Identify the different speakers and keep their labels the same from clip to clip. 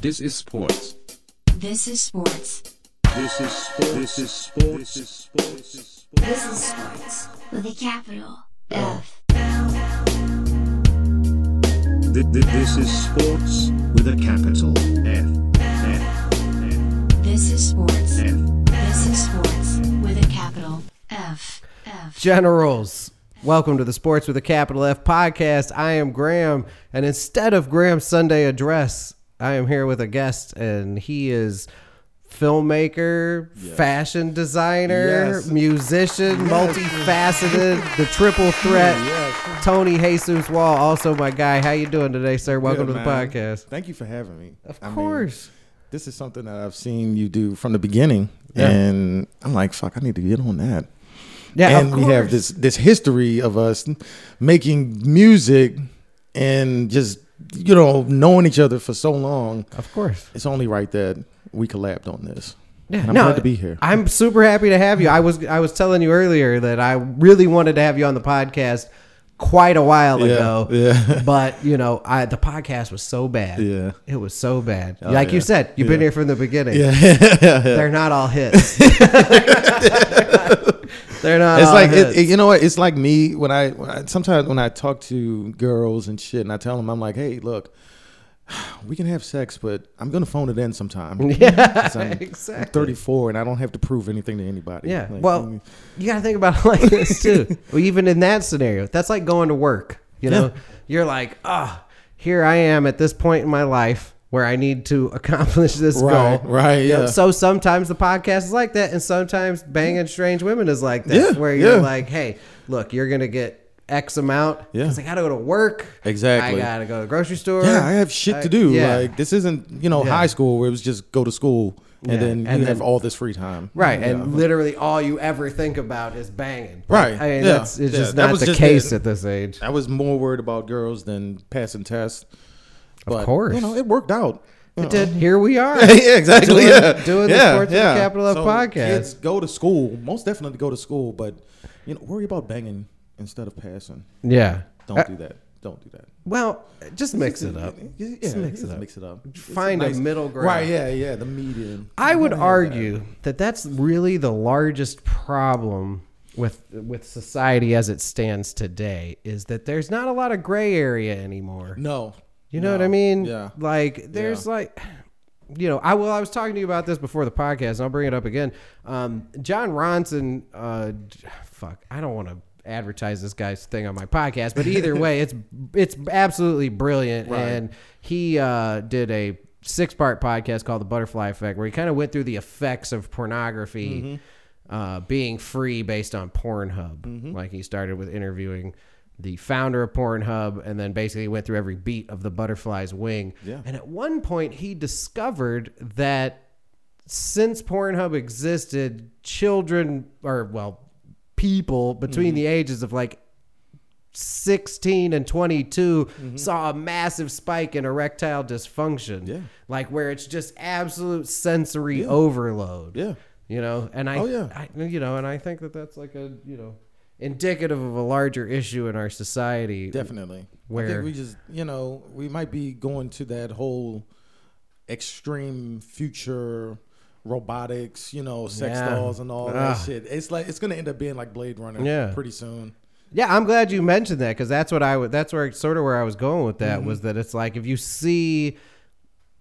Speaker 1: This is sports.
Speaker 2: This is sports.
Speaker 3: This is sports. This is sports. This is sports. This is sports.
Speaker 2: This is sports with a capital F.
Speaker 3: Th- th- This is sports with a capital F. F. F.
Speaker 2: This is sports.
Speaker 3: F.
Speaker 2: This is sports with a capital F. F.
Speaker 4: Generals, welcome to the Sports with a Capital F podcast. I am Graham, and instead of Graham's Sunday address, I am here with a guest, and he is filmmaker, fashion designer,
Speaker 5: Yes.
Speaker 4: musician, multifaceted, the triple threat. Tony Jesus Wall, also my guy. How you doing today, sir? Welcome
Speaker 5: Good,
Speaker 4: to the
Speaker 5: man.
Speaker 4: podcast.
Speaker 5: Thank you for having me.
Speaker 4: Of
Speaker 5: I mean,
Speaker 4: course.
Speaker 5: this is something that I've seen you do from the beginning,
Speaker 4: Yeah.
Speaker 5: and I'm like, fuck, I need to get on that.
Speaker 4: yeah,
Speaker 5: and
Speaker 4: of
Speaker 5: we have
Speaker 4: course.
Speaker 5: this this history of us making music and just you know knowing each other for so long.
Speaker 4: Of course.
Speaker 5: It's only right that we collabed on this.
Speaker 4: Yeah,
Speaker 5: And I'm
Speaker 4: no,
Speaker 5: glad to be here.
Speaker 4: I'm super happy to have you. I was I was telling you earlier that I really wanted to have you on the podcast quite a while
Speaker 5: Yeah,
Speaker 4: ago.
Speaker 5: yeah.
Speaker 4: but you know, I the podcast was so bad.
Speaker 5: Yeah. Oh,
Speaker 4: It was so bad. like you
Speaker 5: yeah.
Speaker 4: said, you've been here from the beginning.
Speaker 5: yeah.
Speaker 4: They're not all hits. They're not
Speaker 5: It's
Speaker 4: all
Speaker 5: like
Speaker 4: hits.
Speaker 5: it, it- you know what? It's like me when I, when I sometimes when I talk to girls and shit, and I tell them I'm like, hey, look, we can have sex, but I'm gonna phone it in sometime. Yeah, I'm
Speaker 4: exactly.
Speaker 5: 34 and I don't have to prove anything to anybody.
Speaker 4: yeah.
Speaker 5: Like,
Speaker 4: well,
Speaker 5: mm,
Speaker 4: you got to think about it like this too. well, even in that scenario, that's like going to work. You know, you're like, ah, here I am at this point in my life where I need to accomplish this
Speaker 5: Right,
Speaker 4: goal.
Speaker 5: right,
Speaker 4: You know,
Speaker 5: yeah.
Speaker 4: so sometimes the podcast is like that, and sometimes banging strange women is like that,
Speaker 5: Yeah,
Speaker 4: where you're
Speaker 5: yeah.
Speaker 4: like, hey, look, you're gonna get. X amount.
Speaker 5: Yeah.
Speaker 4: 'cause I gotta go to work.
Speaker 5: Exactly.
Speaker 4: I gotta go to the grocery store.
Speaker 5: yeah, I have shit
Speaker 4: I-
Speaker 5: to do.
Speaker 4: yeah.
Speaker 5: Like this isn't you know
Speaker 4: Yeah.
Speaker 5: high school where it was just go to school and
Speaker 4: Yeah.
Speaker 5: then
Speaker 4: And
Speaker 5: you have
Speaker 4: then-
Speaker 5: all this free time.
Speaker 4: Right,
Speaker 5: Yeah.
Speaker 4: and literally all you ever think about is banging.
Speaker 5: Right,
Speaker 4: I mean,
Speaker 5: yeah,
Speaker 4: that's it's
Speaker 5: yeah,
Speaker 4: just
Speaker 5: that
Speaker 4: not
Speaker 5: was
Speaker 4: the
Speaker 5: just
Speaker 4: case
Speaker 5: it.
Speaker 4: at this age.
Speaker 5: I was more worried about girls than passing tests. But,
Speaker 4: course.
Speaker 5: you know it worked out.
Speaker 4: It did. Here we are.
Speaker 5: yeah, exactly.
Speaker 4: Doing-
Speaker 5: yeah.
Speaker 4: doing the
Speaker 5: yeah,
Speaker 4: Sports with a Capital F podcast.
Speaker 5: Kids go to school, most definitely go to school, but you know, worry about banging instead of passing.
Speaker 4: Yeah.
Speaker 5: Don't
Speaker 4: Uh,
Speaker 5: do that. Don't do that.
Speaker 4: Well, just mix it up.
Speaker 5: Yeah,
Speaker 4: Just mix
Speaker 5: just
Speaker 4: it up.
Speaker 5: Mix it up. It's
Speaker 4: Find a middle ground.
Speaker 5: Right? Yeah, yeah. The median.
Speaker 4: I would
Speaker 5: Yeah.
Speaker 4: argue that that's really the largest problem with with society as it stands today is that there's not a lot of gray area anymore.
Speaker 5: No.
Speaker 4: You know
Speaker 5: No.
Speaker 4: what I mean?
Speaker 5: Yeah.
Speaker 4: Like there's like you know, I well I was talking to you about this before the podcast and I'll bring it up again. Um John Ronson uh d- fuck, I don't want to advertise this guy's thing on my podcast, but either way it's it's absolutely brilliant and he uh did a six-part podcast called The Butterfly Effect where he kind of went through the effects of pornography
Speaker 5: Mm-hmm.
Speaker 4: uh, being free based on Pornhub.
Speaker 5: Mm-hmm.
Speaker 4: Like he started with interviewing the founder of Pornhub and then basically went through every beat of the butterfly's wing.
Speaker 5: Yeah.
Speaker 4: And at one point, he discovered that since Pornhub existed, children, or well, people between
Speaker 5: Mm-hmm.
Speaker 4: the ages of like 16 and 22
Speaker 5: Mm-hmm.
Speaker 4: saw a massive spike in erectile dysfunction.
Speaker 5: Yeah.
Speaker 4: Like where it's just absolute sensory overload.
Speaker 5: Yeah.
Speaker 4: You know, and I,
Speaker 5: Oh, yeah.
Speaker 4: I, you know, and I think that that's like a, you know, indicative of a larger issue in our society.
Speaker 5: Definitely. I
Speaker 4: Where-
Speaker 5: think we just, you know, we might be going to that whole extreme future robotics, you know, sex
Speaker 4: Yeah.
Speaker 5: dolls and all that
Speaker 4: Ugh.
Speaker 5: shit. It's like it's gonna end up being like Blade Runner
Speaker 4: Yeah.
Speaker 5: pretty soon.
Speaker 4: Yeah, I'm glad you mentioned that because that's what I would. That's where sort of where I was going with
Speaker 5: Mm-hmm.
Speaker 4: that was that it's like if you see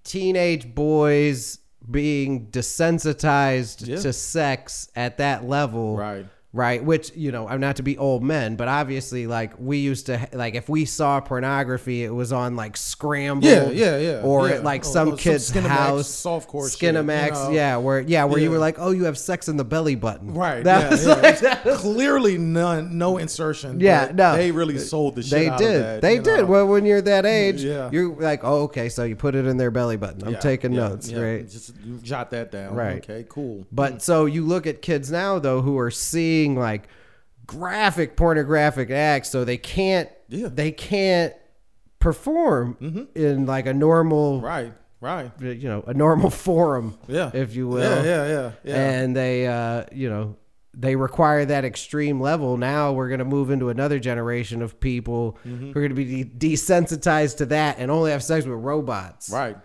Speaker 4: teenage boys being desensitized
Speaker 5: Yeah.
Speaker 4: to sex at that level,
Speaker 5: Right.
Speaker 4: Right, which you know, I'm not to be old men, but obviously, like we used to, ha- like if we saw pornography, it was on like Scramble,
Speaker 5: Yeah, yeah, yeah,
Speaker 4: or
Speaker 5: yeah.
Speaker 4: at like
Speaker 5: Or-
Speaker 4: some
Speaker 5: or some
Speaker 4: kid's
Speaker 5: Skinamax
Speaker 4: house,
Speaker 5: softcore shit, you
Speaker 4: Skinamax,
Speaker 5: know?
Speaker 4: yeah, where yeah, where you
Speaker 5: Yeah.
Speaker 4: were like, oh, you have sex in the belly button,
Speaker 5: Right.
Speaker 4: That
Speaker 5: yeah,
Speaker 4: was
Speaker 5: yeah.
Speaker 4: like
Speaker 5: It's clearly none no insertion.
Speaker 4: Yeah,
Speaker 5: but
Speaker 4: no.
Speaker 5: They really sold the shit.
Speaker 4: They
Speaker 5: out of
Speaker 4: did.
Speaker 5: that,
Speaker 4: they
Speaker 5: you
Speaker 4: did.
Speaker 5: know?
Speaker 4: Well, when you're that age,
Speaker 5: Yeah.
Speaker 4: you're like, oh, okay, so you put it in their belly button. I'm
Speaker 5: Yeah,
Speaker 4: taking
Speaker 5: yeah,
Speaker 4: notes,
Speaker 5: yeah.
Speaker 4: right?
Speaker 5: Just jot that down.
Speaker 4: Right.
Speaker 5: Okay, cool.
Speaker 4: But so you look at kids now though who are seeing like graphic pornographic acts, so they can't
Speaker 5: Yeah. Mm-hmm.
Speaker 4: they can't perform in like a normal
Speaker 5: Right, right.
Speaker 4: you know, a normal forum,
Speaker 5: Yeah.
Speaker 4: if you will.
Speaker 5: Yeah, yeah, yeah. yeah.
Speaker 4: And they, uh, you know, they require that extreme level. Now we're going to move into another generation of people who
Speaker 5: Mm-hmm.
Speaker 4: are going to be de- desensitized to that and only have sex with robots.
Speaker 5: right.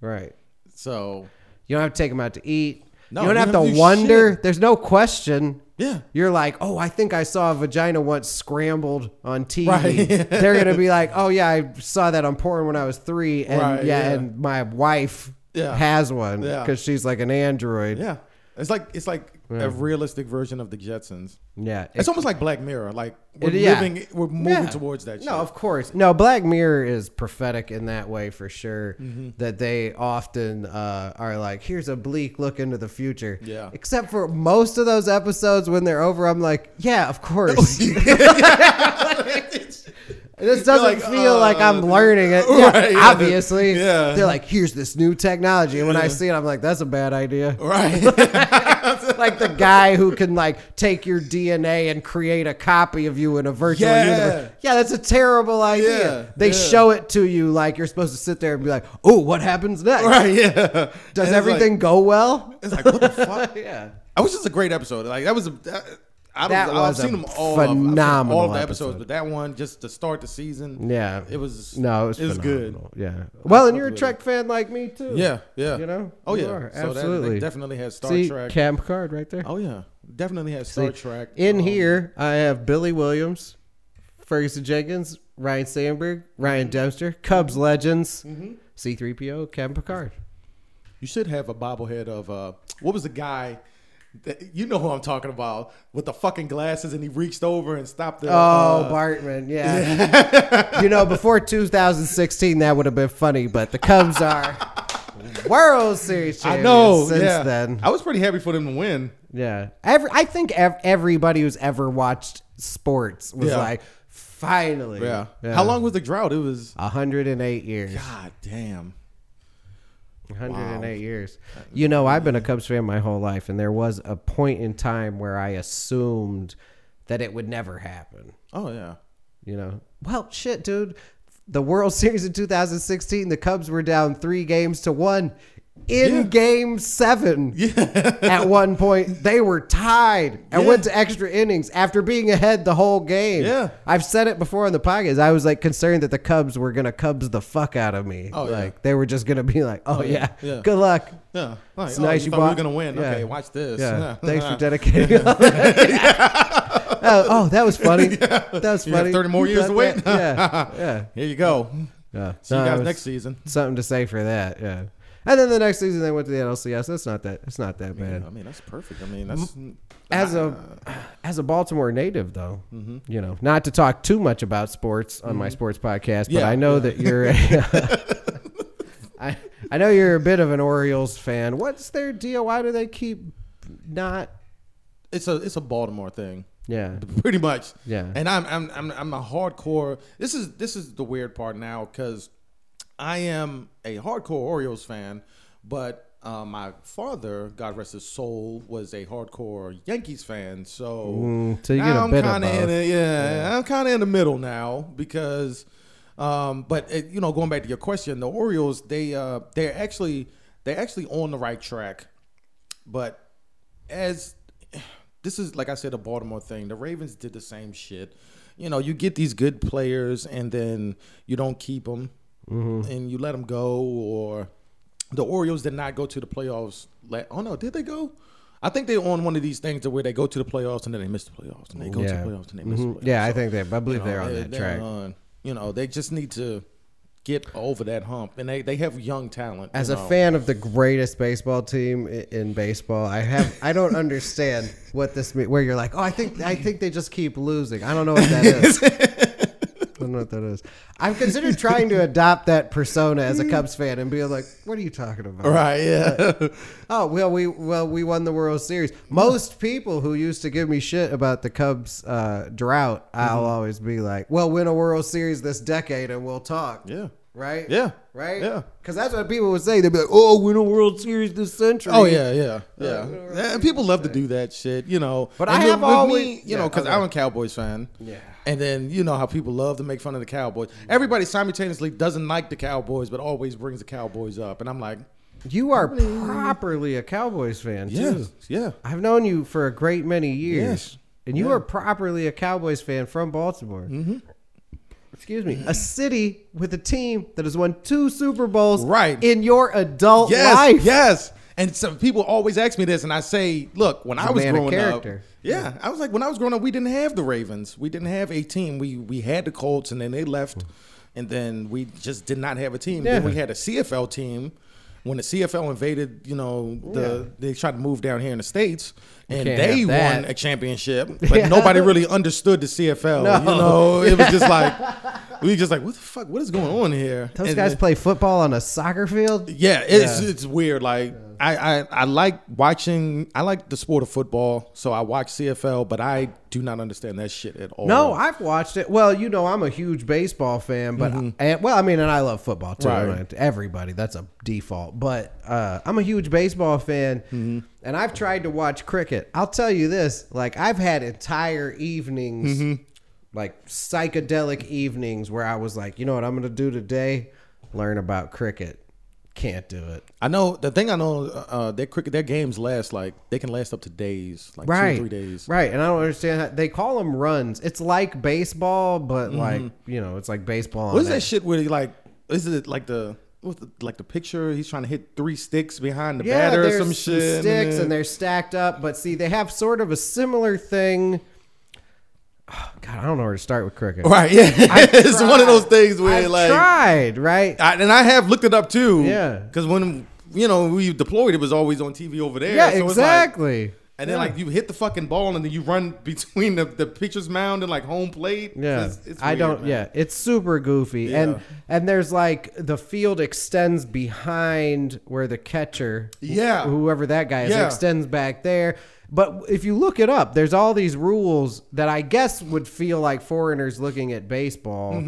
Speaker 4: Right.
Speaker 5: So
Speaker 4: You don't have to take them out to eat.
Speaker 5: No,
Speaker 4: you don't
Speaker 5: you
Speaker 4: have
Speaker 5: don't
Speaker 4: to
Speaker 5: do
Speaker 4: wonder.
Speaker 5: shit.
Speaker 4: There's no question.
Speaker 5: Yeah.
Speaker 4: You're like, oh, I think I saw a vagina once scrambled on TV.
Speaker 5: Right.
Speaker 4: They're gonna be like, oh yeah, I saw that on porn when I was three, and
Speaker 5: Right,
Speaker 4: yeah,
Speaker 5: yeah.
Speaker 4: and my wife
Speaker 5: Yeah.
Speaker 4: has one
Speaker 5: Yeah.
Speaker 4: because she's like an android.
Speaker 5: yeah, it's like it's like a realistic version of the Jetsons.
Speaker 4: yeah.
Speaker 5: It's almost like Black Mirror. Like we're
Speaker 4: It- yeah.
Speaker 5: living, we're moving
Speaker 4: Yeah.
Speaker 5: towards that. Shit.
Speaker 4: No, of course. No, Black Mirror is prophetic in that way for sure.
Speaker 5: Mm-hmm.
Speaker 4: That they often uh, are like, here's a bleak look into the future.
Speaker 5: Yeah.
Speaker 4: Except for most of those episodes when they're over, I'm like, yeah, of course. This doesn't
Speaker 5: like,
Speaker 4: feel like I'm
Speaker 5: uh,
Speaker 4: learning it. Yeah,
Speaker 5: right, yeah.
Speaker 4: Obviously.
Speaker 5: Yeah.
Speaker 4: They're like, here's this new technology. And when I see it, I'm like, that's a bad idea.
Speaker 5: right.
Speaker 4: like the guy who can like take your DNA and create a copy of you in a virtual
Speaker 5: Yeah.
Speaker 4: universe. Yeah, that's a terrible idea.
Speaker 5: Yeah,
Speaker 4: They
Speaker 5: yeah.
Speaker 4: show it to you like you're supposed to sit there and be like, "Oh, what happens next?
Speaker 5: right. Yeah.
Speaker 4: Does
Speaker 5: And it's
Speaker 4: everything go well?"
Speaker 5: Like, it's like what the fuck?
Speaker 4: Yeah.
Speaker 5: I was just a great episode. Like that was a. That, I don't,
Speaker 4: That was
Speaker 5: I've seen
Speaker 4: a
Speaker 5: them all. I've seen
Speaker 4: phenomenal
Speaker 5: all the episodes,
Speaker 4: episode.
Speaker 5: but that one just to start the season.
Speaker 4: Yeah.
Speaker 5: it was.
Speaker 4: No, it was,
Speaker 5: it was good.
Speaker 4: phenomenal. Yeah. Well, and
Speaker 5: fuck
Speaker 4: you're a
Speaker 5: with
Speaker 4: Trek fan like me too.
Speaker 5: Yeah, yeah.
Speaker 4: You know?
Speaker 5: Oh
Speaker 4: You
Speaker 5: yeah,
Speaker 4: are,
Speaker 5: So that- that
Speaker 4: absolutely.
Speaker 5: definitely has Star
Speaker 4: See,
Speaker 5: Trek.
Speaker 4: Cam Picard right there.
Speaker 5: oh yeah, definitely has Star Trek.
Speaker 4: In
Speaker 5: Um,
Speaker 4: here, I have Billy Williams, Ferguson Jenkins, Ryan Sandberg,
Speaker 5: Mm-hmm.
Speaker 4: Ryan Dempster, Cubs legends, C3PO, Kevin Picard.
Speaker 5: you should have a bobblehead of uh, what was the guy? That, you know who I'm talking about with the fucking glasses, and he reached over and stopped the.
Speaker 4: Oh,
Speaker 5: uh,
Speaker 4: Bartman, yeah. you know, before 2016, that would have been funny, but the Cubs are World Series
Speaker 5: I
Speaker 4: champions
Speaker 5: know.
Speaker 4: since
Speaker 5: yeah.
Speaker 4: then.
Speaker 5: I was pretty happy for them to win.
Speaker 4: Yeah. Every, I think ev- everybody who's ever watched sports was
Speaker 5: Yeah.
Speaker 4: like, finally.
Speaker 5: Yeah. How long was the drought? It was.
Speaker 4: 108 years.
Speaker 5: God damn.
Speaker 4: 108 years. You know, I've been a Cubs fan my whole life, and there was a point in time where I assumed that it would never happen.
Speaker 5: Oh yeah.
Speaker 4: You know, well, shit, dude. The World Series in 2016, the Cubs were down three games to one in
Speaker 5: Yeah.
Speaker 4: game seven. At one point, they were tied and
Speaker 5: Yeah.
Speaker 4: went to extra innings after being ahead the whole game.
Speaker 5: Yeah.
Speaker 4: I've said it before on the podcast. I was like concerned that the Cubs were going to Cubs the fuck out of me.
Speaker 5: Oh, yeah.
Speaker 4: like they were just going to be like, oh, yeah,
Speaker 5: yeah.
Speaker 4: good luck.
Speaker 5: Yeah. Like,
Speaker 4: It's
Speaker 5: oh,
Speaker 4: nice
Speaker 5: you,
Speaker 4: you
Speaker 5: thought we were
Speaker 4: bought-
Speaker 5: gonna win.
Speaker 4: Yeah.
Speaker 5: Okay, watch this.
Speaker 4: Yeah. Thanks for dedicating. all that. oh, oh, that was funny. That was
Speaker 5: You have
Speaker 4: funny.
Speaker 5: 30 more years to wait.
Speaker 4: yeah. Yeah.
Speaker 5: Here you go.
Speaker 4: Yeah.
Speaker 5: See you
Speaker 4: No, it
Speaker 5: guys
Speaker 4: was
Speaker 5: next season.
Speaker 4: Something to say for that. Yeah. And then the next season they went to the NLCS. That's not that. It's not that bad.
Speaker 5: I mean, that's perfect. I mean, that's
Speaker 4: As a
Speaker 5: uh,
Speaker 4: as a Baltimore native, though,
Speaker 5: Mm-hmm.
Speaker 4: you know, not to talk too much about sports on my sports podcast, but
Speaker 5: Yeah,
Speaker 4: I know
Speaker 5: yeah.
Speaker 4: that you're. A, I I know you're a bit of an Orioles fan. What's their deal? Why do they keep not?
Speaker 5: it's a it's a Baltimore thing.
Speaker 4: Yeah.
Speaker 5: pretty much.
Speaker 4: Yeah.
Speaker 5: And I'm I'm I'm I'm a hardcore. This is this is the weird part now because I am a hardcore Orioles fan, but uh, my father, God rest his soul, was a hardcore Yankees fan. So,
Speaker 4: Mm, so you get
Speaker 5: now
Speaker 4: a bit of
Speaker 5: I'm kind
Speaker 4: both.
Speaker 5: in the, yeah, I'm kind of in the middle now because, um, but it, you know, going back to your question, the Orioles they uh they're actually they're actually on the right track, but as this is like I said, a Baltimore thing. The Ravens did the same shit. You know, you get these good players and then you don't keep them
Speaker 4: Mm-hmm.
Speaker 5: and you let them go. Or the Orioles did not go to the playoffs. la- oh no, did they go? I think they're on one of these things to where they go to the playoffs and then they miss the playoffs and they go to
Speaker 4: Yeah.
Speaker 5: the playoffs and they miss
Speaker 4: Mhm.
Speaker 5: the playoffs.
Speaker 4: Yeah, I
Speaker 5: So,
Speaker 4: think they. I believe
Speaker 5: you know,
Speaker 4: they're on
Speaker 5: they-
Speaker 4: that
Speaker 5: they're
Speaker 4: track.
Speaker 5: on- you know, they just need to get over that hump and they, they have young talent.
Speaker 4: As
Speaker 5: you
Speaker 4: a
Speaker 5: know.
Speaker 4: fan of the greatest baseball team i- in baseball, I have I don't understand what this means. Where you're like, oh, I think I think they just keep losing. I don't know what that is. I don't know what that is. I've considered trying to adopt that persona as a Cubs fan and be like, what are you talking about?
Speaker 5: Right, yeah.
Speaker 4: Oh well, we well we won the World Series. Most people who used to give me shit about the Cubs uh, drought,
Speaker 5: Mm-hmm.
Speaker 4: I'll always be like, well, win a World Series this decade and we'll talk.
Speaker 5: Yeah.
Speaker 4: Right.
Speaker 5: Yeah.
Speaker 4: Right.
Speaker 5: Yeah.
Speaker 4: Because that's what people would say. They'd be like, oh, win a World Series this century.
Speaker 5: Oh yeah, yeah, yeah.
Speaker 4: Uh,
Speaker 5: Yeah, people love to do that shit, you know.
Speaker 4: But
Speaker 5: And
Speaker 4: I
Speaker 5: with-
Speaker 4: have
Speaker 5: with
Speaker 4: always-
Speaker 5: me, you
Speaker 4: yeah,
Speaker 5: know, because
Speaker 4: okay.
Speaker 5: I'm a Cowboys fan.
Speaker 4: Yeah.
Speaker 5: And then you know how people love to make fun of the Cowboys. Everybody simultaneously doesn't like the Cowboys, but always brings the Cowboys up, and I'm like,
Speaker 4: You are properly a Cowboys fan too.
Speaker 5: yes, yeah,
Speaker 4: I've known you for a great many years,
Speaker 5: Yes.
Speaker 4: and you
Speaker 5: Yeah.
Speaker 4: are properly a Cowboys fan from Baltimore. Mm-hmm. excuse me, a city with a team that has won two Super Bowls
Speaker 5: Right.
Speaker 4: in your adult
Speaker 5: Yes,
Speaker 4: life.
Speaker 5: yes. And some people always ask me this, and I say, look, when I
Speaker 4: a
Speaker 5: was
Speaker 4: man of
Speaker 5: growing up,
Speaker 4: character.
Speaker 5: yeah, I was like, when I was growing up, we didn't have the Ravens, we didn't have a team. We we had the Colts, and then they left, and then we just did not have a team. Then
Speaker 4: Yeah.
Speaker 5: we had a CFL team. When the CFL invaded, you know, the they tried to move down here in the states, and
Speaker 4: Oh, can't
Speaker 5: they
Speaker 4: have that.
Speaker 5: won a championship, but nobody really understood the CFL. You
Speaker 4: No.
Speaker 5: know, it was just like we just like, what the fuck, what is going on here?
Speaker 4: Those
Speaker 5: And
Speaker 4: guys
Speaker 5: then-
Speaker 4: play football on a soccer field.
Speaker 5: yeah, it's
Speaker 4: Yeah.
Speaker 5: it's weird. Like I, I I like watching. I like the sport of football, so I watch CFL, but I do not understand that shit at all.
Speaker 4: No, I've watched it. Well, you know, I'm a huge baseball fan, but and, well, I mean, and I love football too.
Speaker 5: Mm-hmm. Right.
Speaker 4: right? Everybody, that's a default. But uh, I'm a huge baseball fan,
Speaker 5: Mm-hmm.
Speaker 4: and I've tried to watch cricket. I'll tell you this: like, I've had entire evenings,
Speaker 5: Mm-hmm.
Speaker 4: like psychedelic evenings, where I was like, you know what, I'm going to do today? Learn about cricket. Can't do it.
Speaker 5: I know the thing. I know uh, their cricket, their games last like they can last up to days, like
Speaker 4: right.
Speaker 5: two or three days.
Speaker 4: Right. And I don't understand how they call them runs. It's like baseball, but like, you know, it's like baseball. on
Speaker 5: Mm-hmm. What is that shit where he like? Is it like the what's the, like the picture? He's trying to hit three sticks behind the batter or
Speaker 4: there's
Speaker 5: some shit. and
Speaker 4: Sticks
Speaker 5: then-
Speaker 4: and they're stacked up, but see, they have sort of a similar thing. Oh, God, I don't know where to start with cricket.
Speaker 5: right. Yeah, it's one of those things where
Speaker 4: I've
Speaker 5: like
Speaker 4: tried, right?
Speaker 5: I, and I have looked it up too.
Speaker 4: Yeah.
Speaker 5: Because when you know we deployed, it was always on TV over there.
Speaker 4: yeah,
Speaker 5: so it's like-
Speaker 4: exactly.
Speaker 5: and then like you hit the fucking ball, and then you run between the, the pitcher's mound and like home plate.
Speaker 4: yeah,
Speaker 5: It's- it's
Speaker 4: I
Speaker 5: weird,
Speaker 4: don't.
Speaker 5: man.
Speaker 4: Yeah, it's super goofy, and
Speaker 5: Yeah.
Speaker 4: and there's like the field extends behind where the catcher, wh-
Speaker 5: Yeah.
Speaker 4: whoever that guy is,
Speaker 5: Yeah.
Speaker 4: extends back there. But if you look it up, there's all these rules that I guess would feel like foreigners looking at baseball.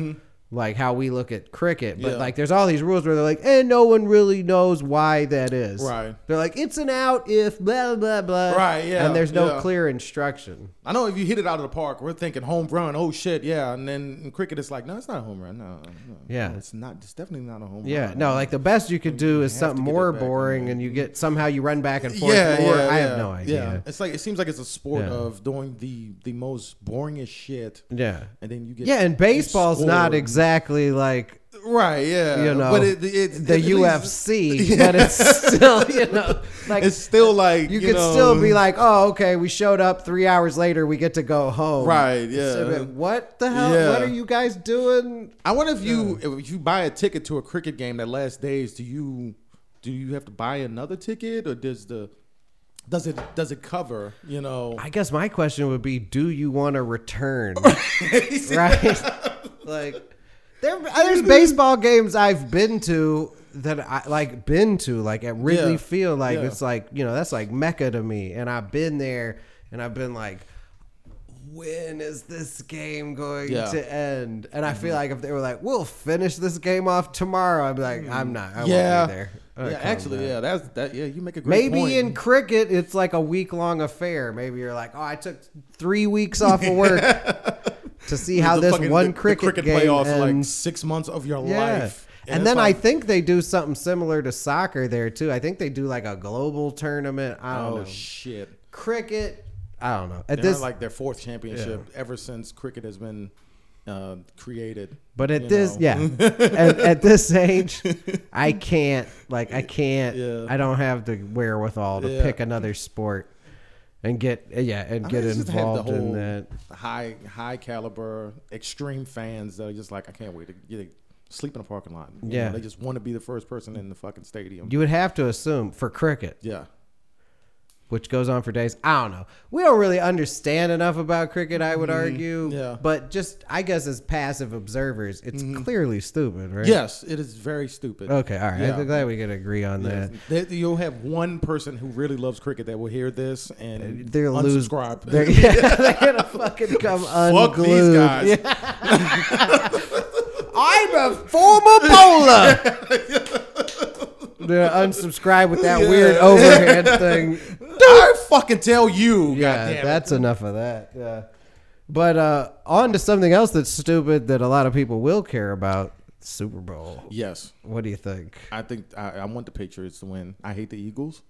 Speaker 4: Like how we look at cricket, but
Speaker 5: Mm-hmm. Yeah.
Speaker 4: like there's all these rules where they're like, and no one really knows why that is.
Speaker 5: Right.
Speaker 4: They're like, it's an out if blah blah blah.
Speaker 5: Right, yeah,
Speaker 4: And there's no
Speaker 5: yeah.
Speaker 4: clear instruction.
Speaker 5: I know if you hit it out of the park, we're thinking home run. Oh shit, yeah. And then in cricket, it's like no, it's not a home run. No, no,
Speaker 4: Yeah.
Speaker 5: no, it's not. It's definitely not a home
Speaker 4: Yeah,
Speaker 5: run.
Speaker 4: no, like the best you could do is
Speaker 5: have
Speaker 4: something
Speaker 5: to get
Speaker 4: more
Speaker 5: it back in
Speaker 4: boring,
Speaker 5: there.
Speaker 4: and you get somehow you run back and forth
Speaker 5: Yeah,
Speaker 4: more.
Speaker 5: yeah,
Speaker 4: I
Speaker 5: yeah,
Speaker 4: have no idea.
Speaker 5: Yeah. It's like it seems like it's a sport
Speaker 4: Yeah.
Speaker 5: of doing the the most boringest shit,
Speaker 4: Yeah,
Speaker 5: and then you get
Speaker 4: yeah, and baseball's not
Speaker 5: exactly.
Speaker 4: exactly like
Speaker 5: Right, yeah.
Speaker 4: you know,
Speaker 5: Uh, but it, it's
Speaker 4: the
Speaker 5: at least-
Speaker 4: UFC, but it's still you know like
Speaker 5: it's still like
Speaker 4: you,
Speaker 5: you,
Speaker 4: could
Speaker 5: know,
Speaker 4: still be like, oh, okay, we showed up three hours later, we get to go home.
Speaker 5: Right,
Speaker 4: It's a
Speaker 5: yeah.
Speaker 4: bit, what the hell?
Speaker 5: Yeah.
Speaker 4: What are you guys doing?
Speaker 5: I wonder if you if you buy a ticket to a cricket game that lasts days, do you do you have to buy another ticket or does the does it does it cover? You know,
Speaker 4: I guess my question would be, do you want to return? right? like there, there's baseball games I've been to that I like been to like at Wrigley
Speaker 5: Yeah.
Speaker 4: Field. Like
Speaker 5: Yeah.
Speaker 4: it's like you know that's like mecca to me, and I've been there, and I've been like. When is this game going
Speaker 5: Yeah. Mm-hmm.
Speaker 4: to end? And I feel like if they were like, "We'll finish this game off tomorrow," I'd be like, "I'm not. I
Speaker 5: Mm. yeah,
Speaker 4: won't be there."
Speaker 5: yeah.
Speaker 4: Okay,
Speaker 5: Actually,
Speaker 4: man.
Speaker 5: yeah, that's that. Yeah, you make a great
Speaker 4: Maybe
Speaker 5: point.
Speaker 4: in cricket, it's like a week long affair. Maybe you're like, oh, I took three weeks off of work to see how
Speaker 5: The
Speaker 4: this
Speaker 5: fucking-
Speaker 4: one
Speaker 5: the- the
Speaker 4: cricket, game
Speaker 5: playoffs are like
Speaker 4: ends.
Speaker 5: six months of your
Speaker 4: yeah.
Speaker 5: life,
Speaker 4: And,
Speaker 5: it's
Speaker 4: then
Speaker 5: like-
Speaker 4: I think they do something similar to soccer there too. I think they do like a global tournament. I don't
Speaker 5: oh
Speaker 4: know.
Speaker 5: shit,
Speaker 4: cricket. I don't know. At
Speaker 5: they're
Speaker 4: this,
Speaker 5: on, like their fourth championship ever since cricket has been uh, created.
Speaker 4: but at
Speaker 5: you
Speaker 4: this,
Speaker 5: know.
Speaker 4: yeah, at, at this age, I can't. Like, I can't.
Speaker 5: Yeah.
Speaker 4: I don't have the wherewithal to
Speaker 5: Yeah.
Speaker 4: pick another sport and get yeah and
Speaker 5: I
Speaker 4: get
Speaker 5: mean, it's just had the
Speaker 4: involved in
Speaker 5: whole
Speaker 4: that.
Speaker 5: High, high caliber, extreme fans that are just like, I can't wait to get to sleep in a parking lot. You know,
Speaker 4: Yeah.
Speaker 5: they just want to be the first person in the fucking stadium.
Speaker 4: You would have to assume for cricket,
Speaker 5: yeah,
Speaker 4: which goes on for days. I don't know. We don't really understand enough about cricket, I would argue.
Speaker 5: Mm-hmm. Yeah. Mm-hmm.
Speaker 4: But just, I guess, as passive observers, it's clearly stupid, right?
Speaker 5: yes, it is very stupid.
Speaker 4: Okay. All right.
Speaker 5: Yeah.
Speaker 4: I'm glad we can agree on
Speaker 5: Yes.
Speaker 4: that.
Speaker 5: They- You'll have one person who really loves cricket that will hear this and
Speaker 4: They're lose.
Speaker 5: unsubscribe.
Speaker 4: They're, yeah, they're gonna fucking come unglued.
Speaker 5: Fuck these guys.
Speaker 4: I'm a former bowler. They're unsubscribe with that weird
Speaker 5: Yeah.
Speaker 4: overhand thing.
Speaker 5: I fucking tell you.
Speaker 4: Yeah,
Speaker 5: goddamn it.
Speaker 4: that's enough of that. Yeah. But uh, on to something else that's stupid that a lot of people will care about Super Bowl.
Speaker 5: yes.
Speaker 4: What do you think?
Speaker 5: I think I, I want the Patriots to win. I hate the Eagles.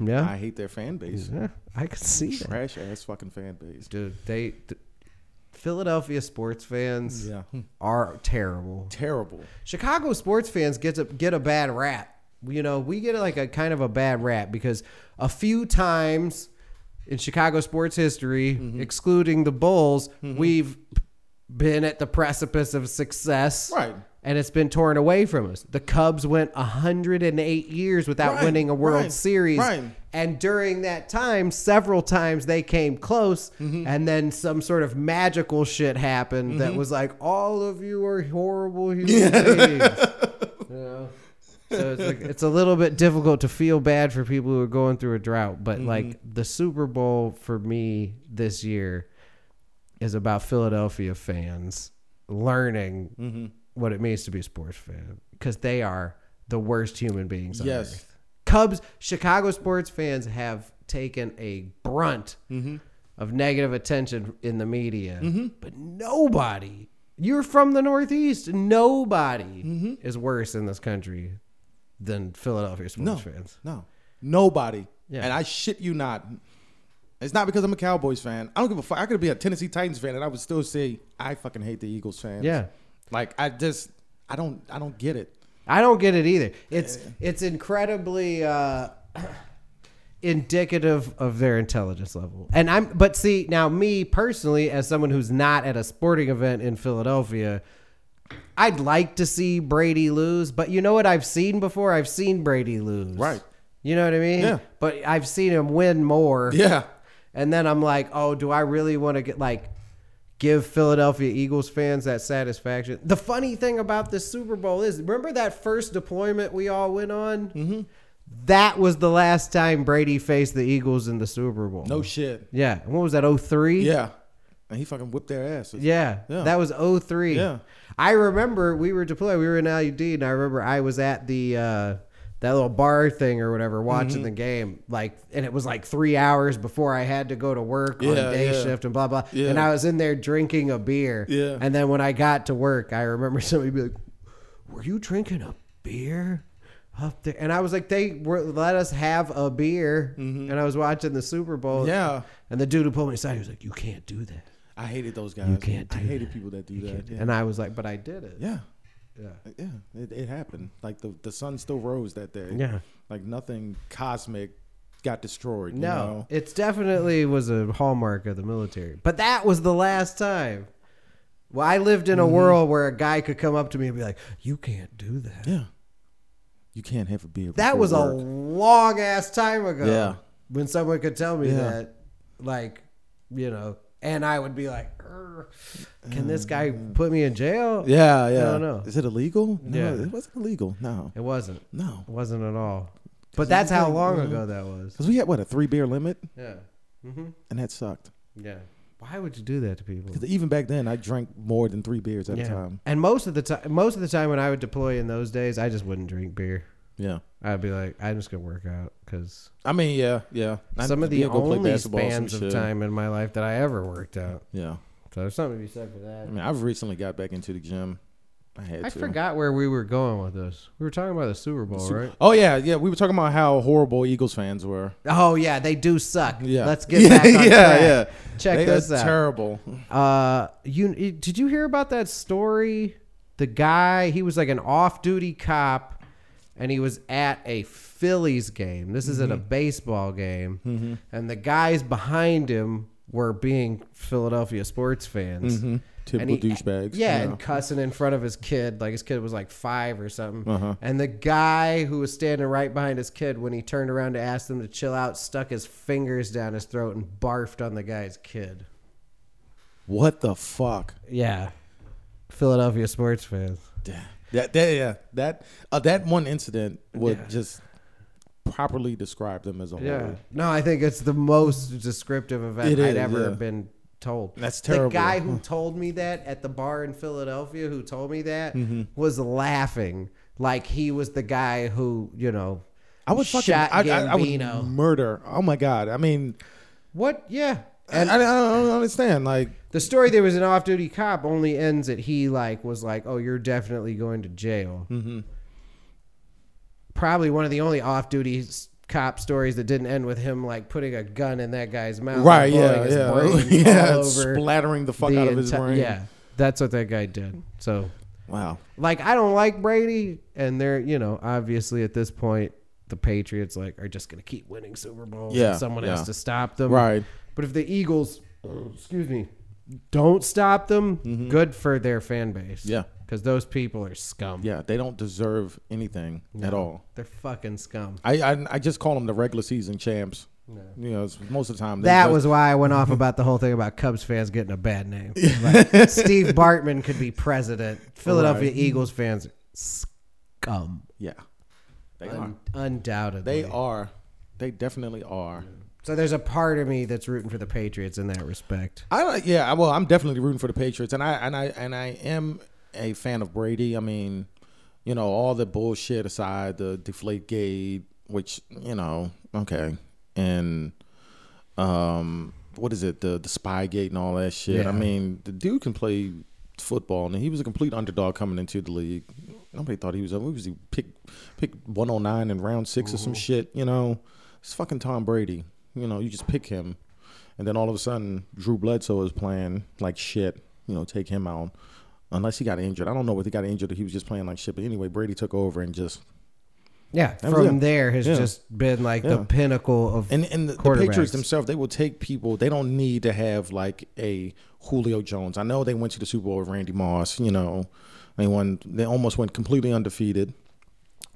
Speaker 4: Yeah.
Speaker 5: I hate their fan base.
Speaker 4: yeah I could see that.
Speaker 5: Trash ass fucking fan base.
Speaker 4: Dude, they. th- Philadelphia sports fans
Speaker 5: Yeah.
Speaker 4: are terrible.
Speaker 5: Hmm. Terrible.
Speaker 4: Chicago sports fans get a, get a bad rap. You know, we get like a kind of a bad rap because a few times in Chicago sports history, excluding the Bulls, we've been at the precipice of success.
Speaker 5: Right.
Speaker 4: And it's been torn away from us. The Cubs went 108 years without
Speaker 5: Right,
Speaker 4: winning a World
Speaker 5: right,
Speaker 4: Series.
Speaker 5: right.
Speaker 4: And during that time, several times they came close,
Speaker 5: Mm-hmm.
Speaker 4: and then some sort of magical shit happened that was like, all of you are horrible human beings. You know? So it's, like, it's a little bit difficult to feel bad for people who are going through a drought, but
Speaker 5: Mm-hmm.
Speaker 4: like the Super Bowl for me this year is about Philadelphia fans learning
Speaker 5: Mm-hmm.
Speaker 4: what it means to be a sports fan because they are the worst human beings on
Speaker 5: Yes.
Speaker 4: earth. Cubs, Chicago sports fans have taken a brunt of negative attention in the media, but nobody. You're from the Northeast. Nobody is worse in this country than Philadelphia sports
Speaker 5: No.
Speaker 4: fans.
Speaker 5: No. Nobody.
Speaker 4: Yeah.
Speaker 5: And I shit you not. It's not because I'm a Cowboys fan. I don't give a fuck. I could be a Tennessee Titans fan and I would still say I fucking hate the Eagles fans.
Speaker 4: Yeah.
Speaker 5: Like I just I don't I don't get it.
Speaker 4: I don't get it either. It's it's incredibly uh, indicative of their intelligence level. And I'm but see now me personally as someone who's not at a sporting event in Philadelphia, I'd like to see Brady lose, but you know what I've seen before? I've seen Brady lose.
Speaker 5: Right.
Speaker 4: You know what I mean?
Speaker 5: Yeah.
Speaker 4: But I've seen him win more.
Speaker 5: Yeah.
Speaker 4: And then I'm like, oh, do I really want to get like give Philadelphia Eagles fans that satisfaction? The funny thing about this Super Bowl is remember that first deployment we all went on? Mm-hmm. That was the last time Brady faced the Eagles in the Super Bowl.
Speaker 5: No shit.
Speaker 4: Yeah. And What was that, 03?
Speaker 5: Yeah. And he fucking whipped their asses.
Speaker 4: Yeah,
Speaker 5: Yeah.
Speaker 4: that was 03.
Speaker 5: Yeah.
Speaker 4: I remember we were deployed. We were in LUD, and I remember I was at the uh, that little bar thing or whatever,
Speaker 5: Mm-hmm.
Speaker 4: watching the game. Like, and it was like three hours before I had to go to work on
Speaker 5: Yeah,
Speaker 4: day
Speaker 5: yeah.
Speaker 4: shift and blah blah.
Speaker 5: Yeah.
Speaker 4: And I was in there drinking a beer.
Speaker 5: Yeah.
Speaker 4: And then when I got to work, I remember somebody be like, "Were you drinking a beer?" Up there, and I was like, they were, let us have a beer, and I was watching the Super Bowl.
Speaker 5: Mm-hmm. Yeah.
Speaker 4: and the dude who pulled me aside, he was like, "You can't do that."
Speaker 5: I hated those guys.
Speaker 4: You can't do
Speaker 5: I hated
Speaker 4: that.
Speaker 5: people that do
Speaker 4: You
Speaker 5: that.
Speaker 4: can't do-
Speaker 5: Yeah.
Speaker 4: And I was like, but I did it.
Speaker 5: yeah.
Speaker 4: Yeah.
Speaker 5: Yeah. It, it happened. Like the the sun still rose that day.
Speaker 4: Yeah.
Speaker 5: Like nothing cosmic got destroyed. you
Speaker 4: No,
Speaker 5: know?
Speaker 4: it's definitely was a hallmark of the military. But that was the last time. Well, I lived
Speaker 5: Mm-hmm.
Speaker 4: in a world where a guy could come up to me and be like, "You can't do that."
Speaker 5: Yeah. You can't have a beer.
Speaker 4: That
Speaker 5: before
Speaker 4: was a
Speaker 5: work.
Speaker 4: long ass time ago.
Speaker 5: Yeah.
Speaker 4: When someone could tell me
Speaker 5: Yeah.
Speaker 4: that, like, you know, and I would be like, "Er, "Can this guy put me in jail?"
Speaker 5: Mm. Yeah, yeah.
Speaker 4: don't know.
Speaker 5: Is it illegal? No,
Speaker 4: Yeah.
Speaker 5: it wasn't illegal. No,
Speaker 4: It wasn't.
Speaker 5: no.
Speaker 4: It wasn't at all. But that's how long ago that was.
Speaker 5: Because we had what a three beer limit,
Speaker 4: Yeah.
Speaker 5: and that sucked.
Speaker 4: Yeah. Why would you do that to people?
Speaker 5: 'Cause even back then, I drank more than three beers at a
Speaker 4: Yeah.
Speaker 5: time.
Speaker 4: And most of the time, most of the time when I would deploy in those days, I just wouldn't drink beer.
Speaker 5: Yeah.
Speaker 4: I'd be like, I'm just gonna work out because
Speaker 5: I mean, yeah, yeah. I
Speaker 4: some of
Speaker 5: need
Speaker 4: the
Speaker 5: to go play
Speaker 4: only
Speaker 5: basketball or some
Speaker 4: spans of
Speaker 5: shit.
Speaker 4: time in my life that I ever worked out.
Speaker 5: Yeah.
Speaker 4: So there's something to be said for
Speaker 5: I
Speaker 4: that.
Speaker 5: mean, I've recently got back into the gym. I had
Speaker 4: I
Speaker 5: to.
Speaker 4: forgot where we were going with this. We were talking about the Super Bowl, right?
Speaker 5: Oh yeah, yeah. We were talking about how horrible Eagles fans were.
Speaker 4: Oh yeah, they do suck.
Speaker 5: Yeah.
Speaker 4: let's get back on
Speaker 5: yeah,
Speaker 4: track.
Speaker 5: yeah.
Speaker 4: Check
Speaker 5: they
Speaker 4: this
Speaker 5: are
Speaker 4: out.
Speaker 5: Terrible.
Speaker 4: Uh, you did you hear about that story? The guy, he was like an off-duty cop, and he was at a Phillies game. This is at
Speaker 5: Mm-hmm.
Speaker 4: a baseball game, and the guys behind him were being Philadelphia sports fans.
Speaker 5: Mm-hmm. Typical
Speaker 4: And he- uh,
Speaker 5: douchebags.
Speaker 4: Yeah, and cussing in front of his kid. Like his kid was like five or something.
Speaker 5: Uh-huh.
Speaker 4: And the guy who was standing right behind his kid, when he turned around to ask them to chill out, stuck his fingers down his throat and barfed on the guy's kid.
Speaker 5: What the fuck?
Speaker 4: Yeah. Philadelphia sports fans.
Speaker 5: Yeah. That, that yeah that uh, that one incident would
Speaker 4: Yeah.
Speaker 5: just properly describe them as a whole.
Speaker 4: No, I think it's the most descriptive event
Speaker 5: It
Speaker 4: I'd
Speaker 5: is,
Speaker 4: ever
Speaker 5: yeah.
Speaker 4: been told.
Speaker 5: That's terrible.
Speaker 4: The guy who told me that at the bar in Philadelphia, who told me that,
Speaker 5: Mm-hmm.
Speaker 4: was laughing like he was the guy who, you know,
Speaker 5: I would fucking
Speaker 4: shot
Speaker 5: I, I, I
Speaker 4: Gambino.
Speaker 5: would murder. Oh my god! I mean,
Speaker 4: what? Yeah.
Speaker 5: and I, I don't understand. Like,
Speaker 4: The story there was an off-duty cop only ends that he like was like, "Oh, you're definitely going to jail." Mm-hmm. Probably one of the only off-duty s- cop stories that didn't end with him like putting a gun in that guy's mouth, and
Speaker 5: Right,
Speaker 4: blowing
Speaker 5: yeah,
Speaker 4: Oh, his
Speaker 5: yeah,
Speaker 4: brains
Speaker 5: yeah,
Speaker 4: all over
Speaker 5: splattering the fuck
Speaker 4: the
Speaker 5: out of his
Speaker 4: enti-
Speaker 5: brain.
Speaker 4: Yeah, that's what that guy did. So,
Speaker 5: wow.
Speaker 4: like, I don't like Brady, and they're you know obviously at this point the Patriots like are just gonna keep winning Super Bowls. and
Speaker 5: Yeah,
Speaker 4: someone
Speaker 5: yeah.
Speaker 4: has to stop them.
Speaker 5: Right.
Speaker 4: But if the Eagles,
Speaker 5: Oh,
Speaker 4: excuse me, don't stop them, good for their fan base.
Speaker 5: Mm-hmm. Yeah.
Speaker 4: because those people are scum.
Speaker 5: Yeah, they don't deserve anything at all.
Speaker 4: They're fucking scum.
Speaker 5: I, I I just call them the regular season champs. You know, it's, most of the time they
Speaker 4: That
Speaker 5: just-
Speaker 4: was why I went off about the whole thing about Cubs fans getting a bad name. Like, Steve Bartman could be president. Philadelphia Eagles fans, scum.
Speaker 5: yeah. They are.
Speaker 4: Un- undoubtedly.
Speaker 5: They are. They definitely are.
Speaker 4: So there's a part of me that's rooting for the Patriots in that respect.
Speaker 5: I don't. Yeah. I- Well, I'm definitely rooting for the Patriots, and I and I and I am a fan of Brady. I mean, you know, all the bullshit aside, the Deflate Gate, which you know, okay, and um, what is it, the the Spy Gate and all that shit.
Speaker 4: Yeah.
Speaker 5: I mean, the dude can play football, and he was a complete underdog coming into the league. Nobody thought he was. What was he pick pick 109 in round 6 or some shit? You know, it's fucking Tom Brady. You know, you just pick him. And then all of a sudden, Drew Bledsoe is playing like shit. You know, take him out unless he got injured. I don't know whether he got injured or he was just playing like shit. But anyway, Brady took over and just
Speaker 4: Yeah,
Speaker 5: That was
Speaker 4: from
Speaker 5: it.
Speaker 4: there has
Speaker 5: Yeah.
Speaker 4: just been like the
Speaker 5: Yeah.
Speaker 4: pinnacle of
Speaker 5: and and the, the
Speaker 4: Quarterbacks.
Speaker 5: Patriots themselves they will take people. They don't need to have like a Julio Jones. I know they went to the Super Bowl with Randy Moss. You know, they won. They almost went completely undefeated,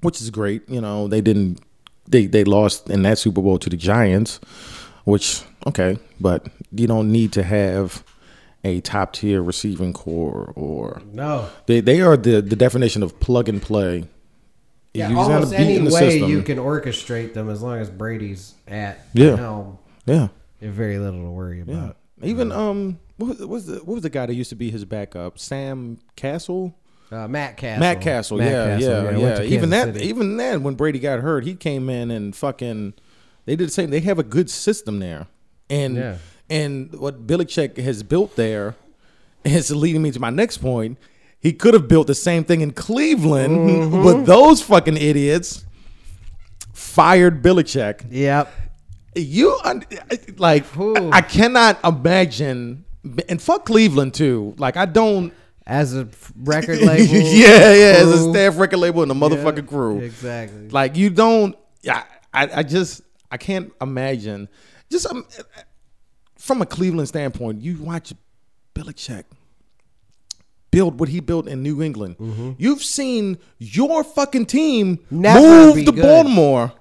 Speaker 5: which is great. You know, they didn't. They they lost in that Super Bowl to the Giants, which okay, but you don't need to have a top tier receiving core or
Speaker 4: no.
Speaker 5: they they are the the definition of plug and play.
Speaker 4: Yeah,
Speaker 5: You just gotta
Speaker 4: almost
Speaker 5: be in
Speaker 4: any
Speaker 5: the
Speaker 4: way
Speaker 5: system.
Speaker 4: you can orchestrate them as long as Brady's at
Speaker 5: Yeah.
Speaker 4: the helm.
Speaker 5: yeah.
Speaker 4: You have very little to worry about.
Speaker 5: Yeah. Uh, Even um, what was, what was the what was the guy that used to be his backup? Sam Castle,
Speaker 4: Uh, Matt Castle.
Speaker 5: Matt Castle. yeah, yeah,
Speaker 4: went
Speaker 5: yeah.
Speaker 4: to Kansas
Speaker 5: Even that,
Speaker 4: City.
Speaker 5: even that. When Brady got hurt, he came in and fucking. They did the same. They have a good system there, and
Speaker 4: Yeah.
Speaker 5: and what Belichick has built there is leading me to my next point. He could have built the same thing in Cleveland, but those fucking idiots fired Belichick
Speaker 4: Yep.
Speaker 5: you un- like
Speaker 4: Ooh.
Speaker 5: I cannot imagine and fuck Cleveland too. Like I don't.
Speaker 4: As a f- record label.
Speaker 5: yeah, yeah. As a
Speaker 4: crew.
Speaker 5: staff record label and a
Speaker 4: Yeah,
Speaker 5: motherfucking crew.
Speaker 4: Exactly.
Speaker 5: Like you don't. I, I I just I can't imagine. Just um, from a Cleveland standpoint, you watch Belichick build what he built in New England. You've seen your fucking team
Speaker 4: Mm-hmm. Never be
Speaker 5: move to
Speaker 4: good.
Speaker 5: Baltimore,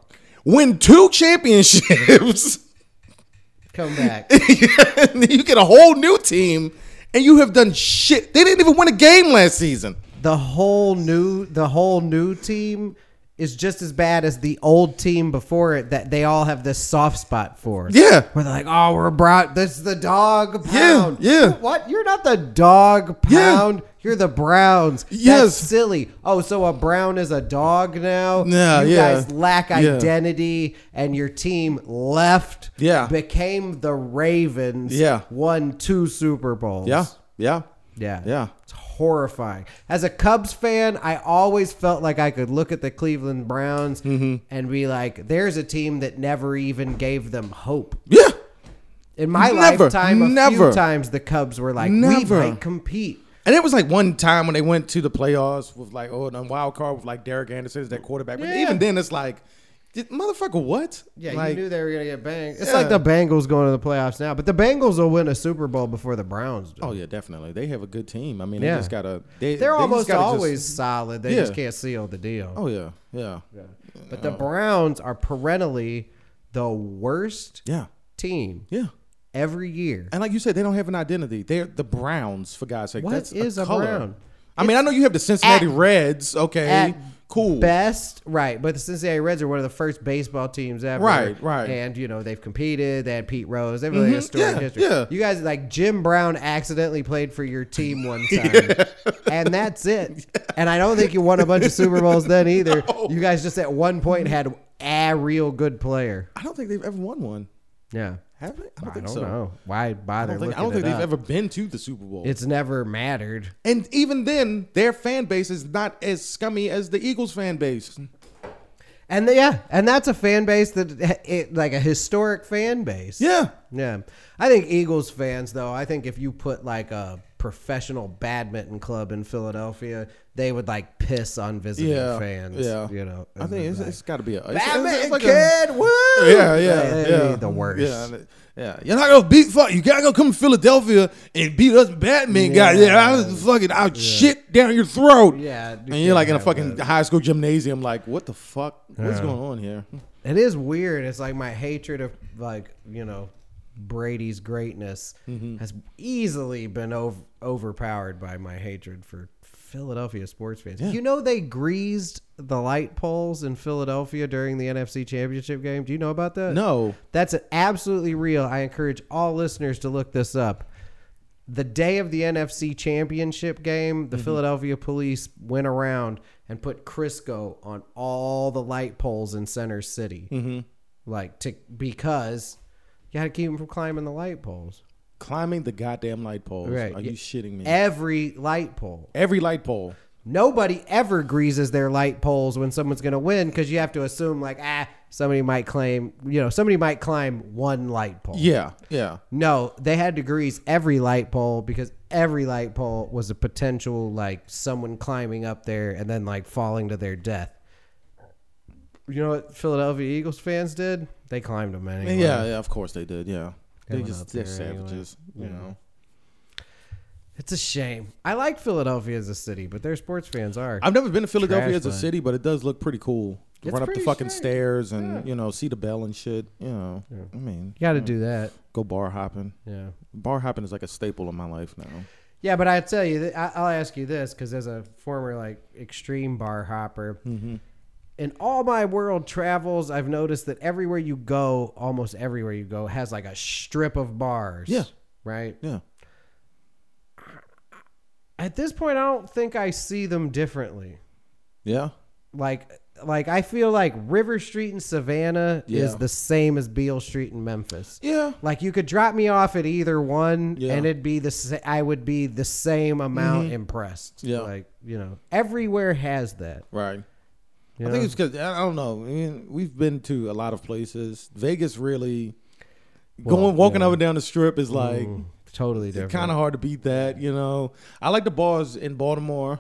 Speaker 5: win two championships.
Speaker 4: Come back.
Speaker 5: And then you get a whole new team and you have done shit. They didn't even win a game last season.
Speaker 4: the whole new the whole new team is just as bad as the old team before it that they all have this soft spot for.
Speaker 5: Yeah.
Speaker 4: Where they're like, oh, we're brought this is the dog
Speaker 5: Yeah,
Speaker 4: pound.
Speaker 5: yeah.
Speaker 4: What? You're not the dog
Speaker 5: Yeah.
Speaker 4: pound. You're the Browns.
Speaker 5: Yes.
Speaker 4: That's silly. Oh, so a brown is a dog now?
Speaker 5: Yeah,
Speaker 4: you
Speaker 5: yeah.
Speaker 4: guys lack
Speaker 5: Yeah.
Speaker 4: identity and your team left.
Speaker 5: Yeah.
Speaker 4: Became the Ravens.
Speaker 5: Yeah.
Speaker 4: Won two Super Bowls.
Speaker 5: yeah,
Speaker 4: Yeah.
Speaker 5: Yeah.
Speaker 4: It's horrifying. As a Cubs fan, I always felt like I could look at the Cleveland Browns
Speaker 5: Mm-hmm.
Speaker 4: and be like, there's a team that never even gave them hope.
Speaker 5: yeah.
Speaker 4: In my
Speaker 5: Never,
Speaker 4: lifetime, a
Speaker 5: never.
Speaker 4: few times the Cubs were like,
Speaker 5: Never.
Speaker 4: we might compete.
Speaker 5: And it was like one time when they went to the playoffs with like oh and wild card with like Derek Anderson as their quarterback. But
Speaker 4: Yeah.
Speaker 5: even then, it's like, did, motherfucker, what?
Speaker 4: Yeah,
Speaker 5: like,
Speaker 4: you knew they were going to get banged. It's
Speaker 5: Yeah.
Speaker 4: like the Bengals going to the playoffs now, but the Bengals will win a Super Bowl before the Browns do.
Speaker 5: Oh yeah, definitely. They have a good team. I mean,
Speaker 4: Yeah.
Speaker 5: they just gotta. They, they
Speaker 4: They're
Speaker 5: just
Speaker 4: almost
Speaker 5: gotta just-
Speaker 4: always solid. They just
Speaker 5: Yeah.
Speaker 4: can't seal the deal.
Speaker 5: oh yeah, yeah, yeah.
Speaker 4: but the Browns are perennially the worst
Speaker 5: yeah,
Speaker 4: team every year.
Speaker 5: And like you said, they don't have an identity. They're the Browns, for God's sake.
Speaker 4: What
Speaker 5: That's
Speaker 4: is a
Speaker 5: color.
Speaker 4: brown?
Speaker 5: I mean, I know you have the Cincinnati Reds. Okay,
Speaker 4: at
Speaker 5: cool.
Speaker 4: Best, right. But the Cincinnati Reds are one of the first baseball teams ever.
Speaker 5: Right, right. Mm-hmm.
Speaker 4: And, you know, they've competed. They had Pete Rose. They have really a story
Speaker 5: yeah,
Speaker 4: history.
Speaker 5: yeah.
Speaker 4: You guys, like, Jim Brown accidentally played for your team one time. And that's it. And I don't think you won a bunch of Super Bowls then either. You guys just at one point had a real good player.
Speaker 5: I don't think they've ever won one.
Speaker 4: Yeah.
Speaker 5: Have they? I
Speaker 4: I don't,
Speaker 5: don't think so.
Speaker 4: know. Why bother
Speaker 5: I don't think,
Speaker 4: looking
Speaker 5: I don't think
Speaker 4: it
Speaker 5: they've
Speaker 4: up?
Speaker 5: ever been to the Super Bowl.
Speaker 4: It's never mattered.
Speaker 5: and even then, their fan base is not as scummy as the Eagles fan base.
Speaker 4: And the, yeah, and that's a fan base that it, like a historic fan base.
Speaker 5: Yeah.
Speaker 4: Yeah. I think Eagles fans though, I think if you put like a professional badminton club in Philadelphia, they would like piss on visiting
Speaker 5: Yeah.
Speaker 4: fans,
Speaker 5: yeah.
Speaker 4: you know.
Speaker 5: I think it's, it's got to be a it's- it's-
Speaker 4: Badminton
Speaker 5: it's like a-
Speaker 4: kid, woo!
Speaker 5: Yeah, yeah,
Speaker 4: That'd
Speaker 5: yeah.
Speaker 4: be the worst.
Speaker 5: Yeah, and it- yeah. You're not gonna beat fuck. You gotta go come to Philadelphia and beat us Batman guys. Yeah, I was fucking out shit down your throat.
Speaker 4: Yeah, you
Speaker 5: and you're like in a
Speaker 4: can't have
Speaker 5: fucking high school gymnasium. Like, what the fuck? What's going on here?
Speaker 4: It is weird. It's like my hatred of like you know Brady's greatness has easily been ov- overpowered by my hatred for Philadelphia sports fans. You know they greased the light poles in Philadelphia during the NFC Championship game. Do you know about that?
Speaker 5: No.
Speaker 4: That's absolutely real. I encourage all listeners to look this up. The day of the NFC Championship game, the Philadelphia police went around and put Crisco on all the light poles in Center City, mm-hmm. like to because you had to keep them from climbing the light poles.
Speaker 5: Climbing the goddamn light poles.
Speaker 4: Right.
Speaker 5: Are you shitting me?
Speaker 4: Every light pole.
Speaker 5: Every light pole.
Speaker 4: Nobody ever greases their light poles when someone's going to win because you have to assume like ah somebody might claim you know somebody might climb one light pole.
Speaker 5: Yeah, yeah.
Speaker 4: No, they had to grease every light pole because every light pole was a potential like someone climbing up there and then like falling to their death. You know what Philadelphia Eagles fans did? They climbed them anyway.
Speaker 5: Yeah, yeah, of course they did. Yeah. They
Speaker 4: Coming
Speaker 5: just
Speaker 4: up
Speaker 5: they're
Speaker 4: there anyway.
Speaker 5: savages, you know.
Speaker 4: It's a shame. I like Philadelphia as a city, but their sports fans are.
Speaker 5: I've never been to Philadelphia
Speaker 4: Trash
Speaker 5: as a
Speaker 4: bag.
Speaker 5: city, but it does look pretty cool. To
Speaker 4: It's
Speaker 5: Run up the
Speaker 4: pretty
Speaker 5: fucking
Speaker 4: sick.
Speaker 5: stairs and you know see the bell and shit. You know, I mean,
Speaker 4: you got to do that.
Speaker 5: go bar hopping.
Speaker 4: Yeah.
Speaker 5: Bar hopping is like a staple in my life now.
Speaker 4: Yeah, but I tell you, th- I- I'll ask you this because as a former like extreme bar hopper,
Speaker 5: Mm-hmm.
Speaker 4: in all my world travels, I've noticed that everywhere you go, almost everywhere you go, has like a strip of bars.
Speaker 5: Yeah.
Speaker 4: Right.
Speaker 5: Yeah,
Speaker 4: At this point, I don't think I see them differently.
Speaker 5: yeah,
Speaker 4: Like, like I feel like River Street in Savannah
Speaker 5: Yeah.
Speaker 4: is the same as Beale Street in Memphis.
Speaker 5: yeah.
Speaker 4: Like you could drop me off at either one,
Speaker 5: Yeah. Mm-hmm.
Speaker 4: and it'd be the sa- I would be the same amount impressed.
Speaker 5: Yeah.
Speaker 4: like you know, everywhere has that.
Speaker 5: Right.
Speaker 4: you
Speaker 5: I think
Speaker 4: know?
Speaker 5: it's because I don't know. I mean, we've been to a lot of places. Vegas really
Speaker 4: Well,
Speaker 5: going walking
Speaker 4: yeah. Mm.
Speaker 5: up and down the strip is like
Speaker 4: totally different.
Speaker 5: kind of hard to beat that. You know, I like the bars in Baltimore.